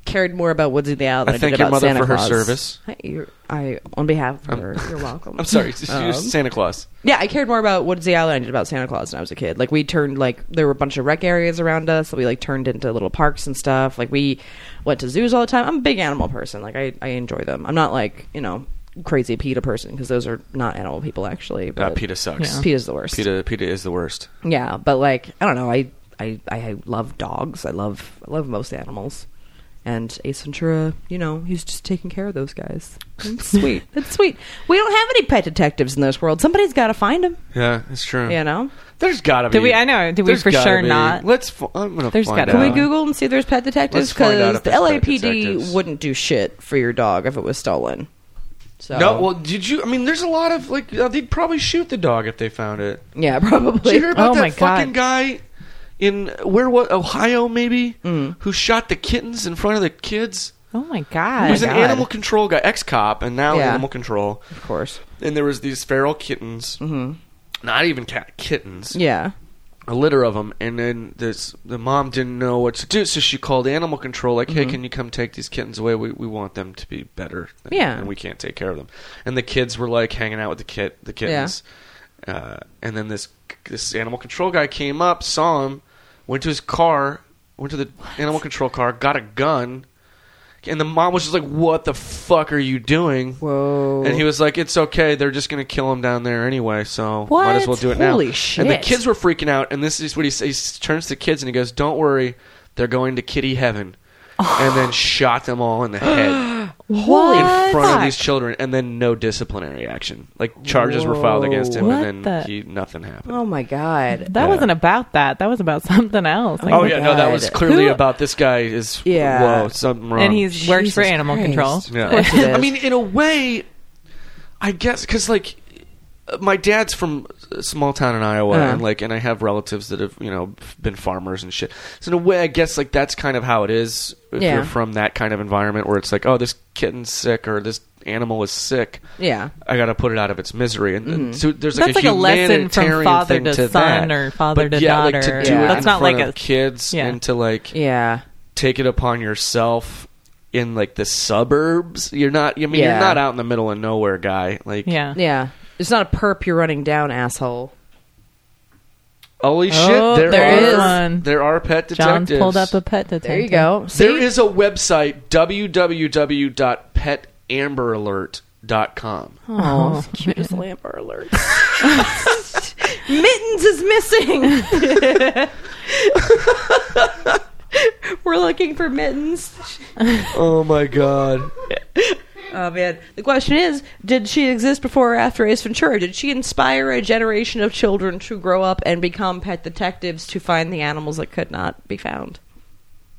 cared more about Woodsy the Owl than I I, thank did your about mother Santa for her Claus. service. I, you're, I on behalf of her, you're welcome. I'm sorry, it's Um, Santa Claus. yeah, I cared more about Woodsy Island than I did about Santa Claus when I was a kid. Like we turned like there were a bunch of rec areas around us that we like turned into little parks and stuff. Like we went to zoos all the time. I'm a big animal person. Like I, I enjoy them. I'm not like you know crazy PETA person because those are not animal people actually. Uh, But PETA sucks. PETA's the worst. PETA, PETA is the worst. Yeah, but like I don't know. I I I love dogs. I love I love most animals. And Ace Ventura, you know, he's just taking care of those guys. It's sweet. It's sweet. We don't have any pet detectives in this world. Somebody's got to find them. Yeah, it's true. You know. There's gotta be. Did we- I know. Did we there's for gotta sure be. not? Let's. F- I'm gonna There's find gotta out. Can we be. Google and see if there's pet detectives? Let's find out Because if the there's pet LAPD detectives. wouldn't do shit for your dog if it was stolen. So No, well, did you? I mean, there's a lot of like uh, they'd probably shoot the dog if they found it. yeah, Did probably. you hear about Oh that my God. fucking guy in where was Ohio maybe Mm. who shot the kittens in front of the kids? Oh my He was god! an God. animal control guy, ex cop, and now Yeah. animal control. Of course. Mm-hmm. And there was these feral kittens, not even cat kittens, Yeah. a litter of them, and then this the mom didn't know what to do, so she called animal control, like, "Hey, can you come take these kittens away? We we want them to be better, than- Yeah. and we can't take care of them." And the kids were like hanging out with the kit the kittens, uh, and then this this animal control guy came up, saw him, went to his car, went to the animal control car, got a gun. And the mom was just like, "What the fuck are you doing?" Whoa. And he was like, "It's okay. They're just gonna kill him down there anyway, so might as What? well do it now." Holy And the shit. kids were freaking out. And this is what he says. He turns to the kids and he goes, "Don't worry, they're going to kitty heaven." and then shot them all in the head Holy in front fuck. of these children, and then no disciplinary action. Like charges were filed against him, What and the- then he nothing happened. Oh my god. That wasn't about that. That was about something else. Like, Oh yeah, no, that God. was clearly Who- about this guy is Yeah. whoa something wrong. and he's works for Jesus animal Christ. control. Yeah. course it is. I mean, in a way, I guess because like uh, my dad's from a small town in Iowa, Uh-huh. and like, and I have relatives that have you know been farmers and shit. So in a way, I guess like that's kind of how it is if Yeah. you're from that kind of environment where it's like, oh, this kitten's sick or this animal is sick. Yeah. I got to put it out of its misery, and and so there's like Mm-hmm. That's like a lesson humanitarian from father thing to that. son or father But to yeah, like, daughter. to do Yeah. it That's in not front like of a- kids yeah. and to like Yeah. take it upon yourself in like the suburbs. You're not. I mean, Yeah. you're not out in the middle of nowhere, guy. Like, Yeah. Yeah. It's not a perp you're running down, asshole. holy shit, Oh, there, there are is one. there are pet John detectives. pulled up a pet detective. There you go. See? there is a website www.petamberalert.com. Oh, it's cute as Lamper alert. Mittens is missing. We're looking for mittens. Oh my god. Oh man. The question is, did she exist before or after Ace Ventura? Did she inspire a generation of children to grow up and become pet detectives to find the animals that could not be found?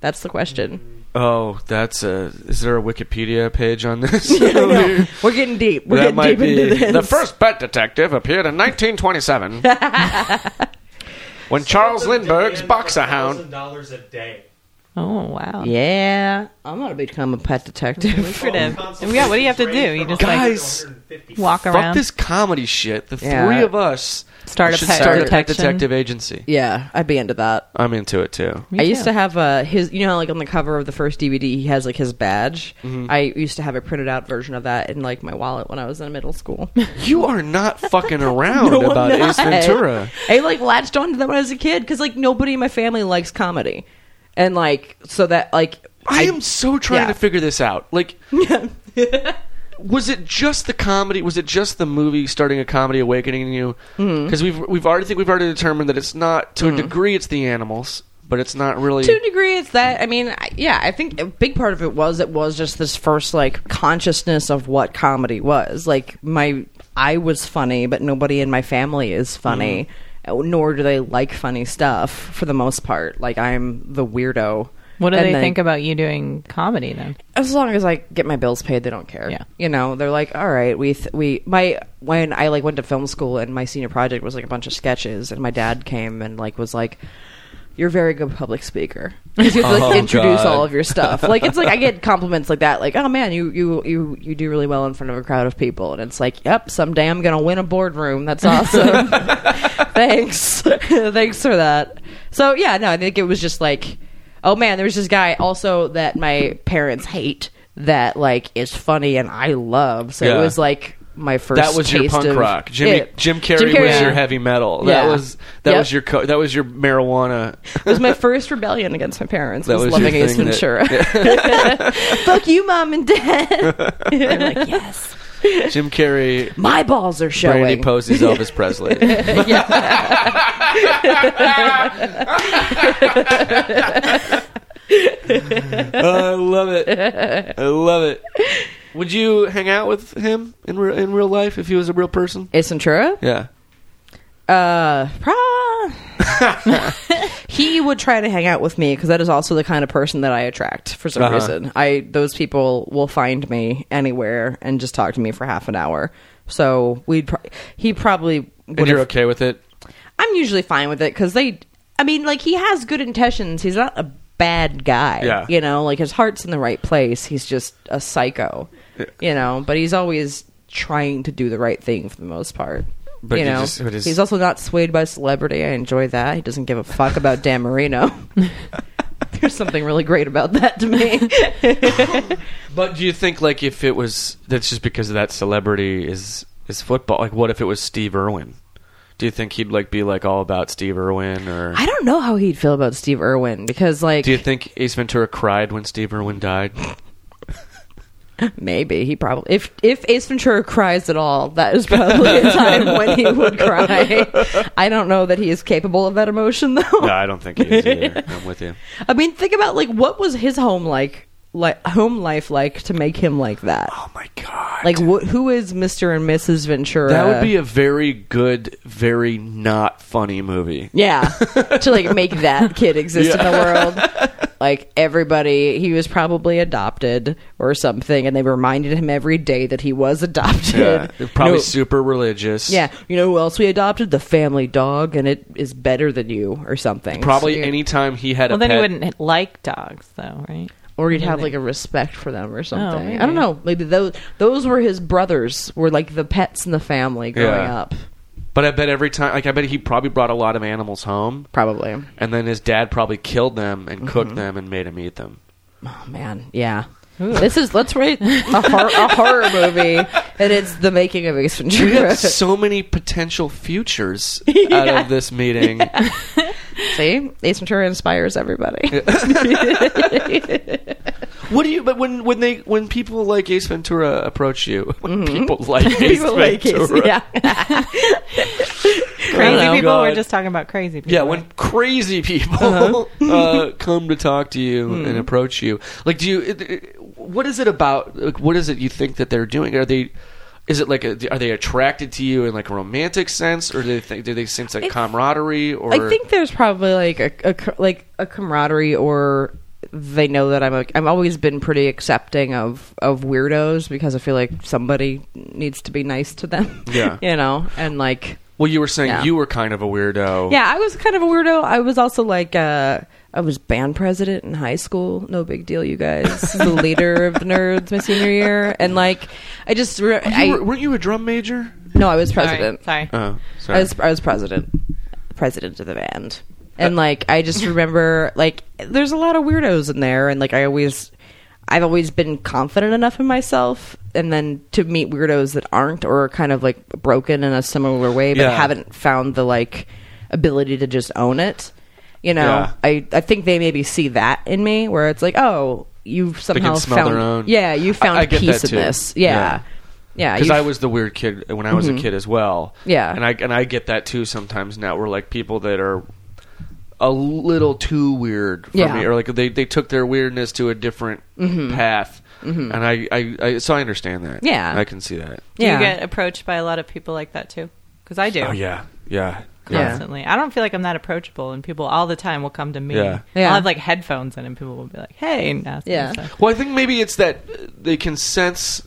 That's the question. Oh, that's a. Is there a Wikipedia page on this? We're getting deep. We're that getting might deep be into this. the first pet detective appeared in 1927 when Charles Lindbergh's boxer hound. dollars a day. Oh wow. Yeah. I'm gonna become a pet detective. Lucrative. Yeah. What do you have to do? You just like Guys, walk Fuck around. this comedy shit. The Yeah. three of us Start a should pet start a pet detection. detective agency. yeah, I'd be into that. I'm into it too. Me I used too. to have uh, his, you know, how, like on the cover of the first DVD, he has like his badge. Mm-hmm. I used to have a printed out version of that in like my wallet when I was in middle school. You are not fucking around No, I'm about Ace not. Ventura. I like latched onto that when I was a kid because like nobody in my family likes comedy, and like so that like I am so trying to yeah. figure this out. Like, was it just the comedy? Was it just the movie starting a comedy awakening in you? Mm-hmm. Because we've we've already think we've already determined that it's not to a degree it's the animals, but it's not really. to a degree it's that i mean I, yeah i think a big part of it was it was just this first like consciousness of what comedy was like my i was funny but nobody in my family is funny Mm-hmm. nor do they like funny stuff for the most part like i'm the weirdo What do And they then- think about you doing comedy then? as long as I get my bills paid, they don't care. Yeah. you know, they're like, all right, we th- we my when I like went to film school and my senior project was like a bunch of sketches, and my dad came and like was like. You're a very good public speaker. 'Cause You have to like, Oh, introduce God. all of your stuff. Like it's like I get compliments like that. Like, oh man, you you you you do really well in front of a crowd of people. And it's like, yep, someday I'm gonna win a boardroom. That's awesome. Thanks, thanks for that. So yeah, no, I think it was just like Oh man, there's this guy also that my parents hate that like is funny and I love. So Yeah. it was like my first. that was your taste punk of rock. Jimmy it. Jim Carrey, was your heavy metal. That Yeah. was that Yep. was your co- that was your marijuana. It was my first rebellion against my parents. That was, was your loving Ace thing that- Ventura. Fuck you, mom and dad. I'm like yes, Jim Carrey my balls are showing. Brandy Posey's Elvis Presley. Oh, I love it. I love it. Would you hang out with him in re- in real life if he was a real person? Ace Ventura. Yeah. Uh, pro- he would try to hang out with me because that is also the kind of person that I attract for some Uh-huh. reason. I those people will find me anywhere and just talk to me for half an hour. So we'd pro- he probably And would. you're have- okay with it? I'm usually fine with it because they. I mean, like he has good intentions. He's not a bad guy. Yeah. You know, like his heart's in the right place. He's just a psycho. You know, but he's always trying to do the right thing for the most part. But you you know, just- but it's- he's also not swayed by celebrity. I enjoy that. He doesn't give a fuck about Dan Marino. There's something really great about that to me. But do you think like if it was that's just because of that celebrity is is football? Like, what if it was Steve Irwin? Do you think he'd like be like all about Steve Irwin or? I don't know how he'd feel about Steve Irwin because, like, do you think Ace Ventura cried when Steve Irwin died? maybe he probably if if Ace Ventura cries at all, that is probably a time when he would cry. I don't know that he is capable of that emotion though. No, I don't think he is either. I'm with you. I mean, think about like what was his home like, like home life like to make him like that. Oh my god! Like, wh- who is Mister and Mrs. Ventura? that uh, would be a very good, very not funny movie. Yeah. to like make that kid exist in the world. Like everybody, he was probably adopted or something, and they reminded him every day that he was adopted. They're probably You know- super religious. yeah. You know who else we adopted? The family dog, and it is better than you or something. Probably So you- anytime he had Well, a then pet, Oh, he wouldn't like dogs, though, right? Or you'd have like a respect for them or something. maybe. I don't know. Maybe those those were his brothers, were like the pets in the family growing Yeah. up. But I bet every time, like I bet he probably brought a lot of animals home, Probably. and then his dad probably killed them and Mm-hmm. cooked them and made him eat them. Oh man, yeah. This is let's write a, hor- a horror movie, and it's the making of Ace We Ventura. got so many potential futures out of this meeting. See, Ace Ventura inspires everybody. What do you? But when when they when people like Ace Ventura approach you, when people like Ace Mm-hmm. People like Ventura, Ace, yeah. Crazy know. people. God. We're just talking about crazy people. Yeah, when crazy people Uh-huh. uh come to talk to you Hmm. and approach you, like, do you? it- it- What is it about? Like, what is it you think that they're doing? Are they? Is it like a, are they attracted to you in like a romantic sense, or do they think, do they sense like camaraderie? Or I think there's probably like a, a co- like a camaraderie, or they know that I'm a, I've always been pretty accepting of of weirdos because I feel like somebody needs to be nice to them. Yeah. you know, and like well, you were saying Yeah. you were kind of a weirdo. Yeah, I was kind of a weirdo. I was also like, uh, I was band president in high school. No big deal, you guys. the leader of the nerds my senior year, and like, I just re- Oh, You were, I weren't you a drum major? no, I was Sorry. president. Sorry. Oh, I sorry. was I was president, president of the band, and like I just remember like there's a lot of weirdos in there, and like I always, I've always been confident enough in myself, and then to meet weirdos that aren't or are kind of like broken in a similar way, but Yeah. haven't found the like ability to just own it. You know, Yeah. I I think they maybe see that in me where it's like, oh, you've somehow smell found their own. yeah, you found I- I get peace that in too. this, yeah, yeah, because you- I was the weird kid when I was a kid as well. Yeah. and I and I get that too sometimes now. We're like people that are a little too weird for Yeah. Mm-hmm. me, or like they, they took their weirdness to a different path, and I, I I so I understand that. Yeah. I can see that. Do yeah. you get approached by a lot of people like that too? Because I do Oh yeah, yeah, yeah. constantly. I don't feel like I'm that approachable, and people all the time will come to me. Yeah. Yeah. I'll have like headphones in, and people will be like, "Hey," and ask me Yeah. stuff. Well, I think maybe it's that uh, they can sense.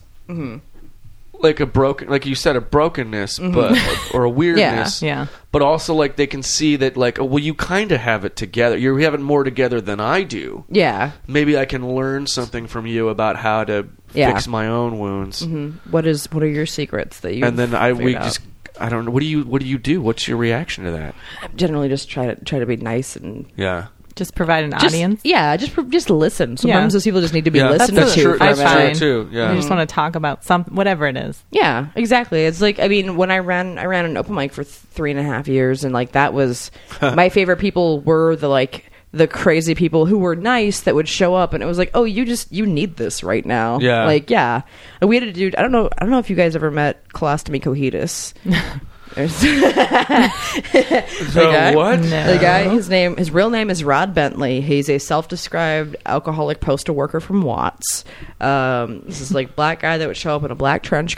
Like a broken, like you said, a brokenness, but or a weirdness, Yeah. But also, like they can see that, like, oh, well, you kind of have it together. You have it more together than I do. yeah. maybe I can learn something from you about how to Yeah. fix my own wounds. What is what are your secrets that you And then I we figured out? just I don't know what do you what do you do? What's your reaction to that? generally just try to try to be nice and Yeah. Just provide an audience. Yeah, just just listen. Sometimes Yeah. those people just need to be Yeah, listened that's to. true- for a that's I minute. true find too, yeah. I just want to talk about some whatever it is. Yeah, exactly. It's like I mean, when I ran, I ran an open mic for th- three and a half years, and like that was my favorite. People were the like the crazy people who were nice that would show up, and it was like, oh, you just you need this right now. Yeah. like yeah. And we had a dude. I don't know. I don't know if you guys ever met Colostomy Cohetus. There's- So guy- what? The guy, his name, his real name is Rod Bentley. He's a self-described alcoholic postal worker from Watts. Um, this is like black guy that would show up in a black trench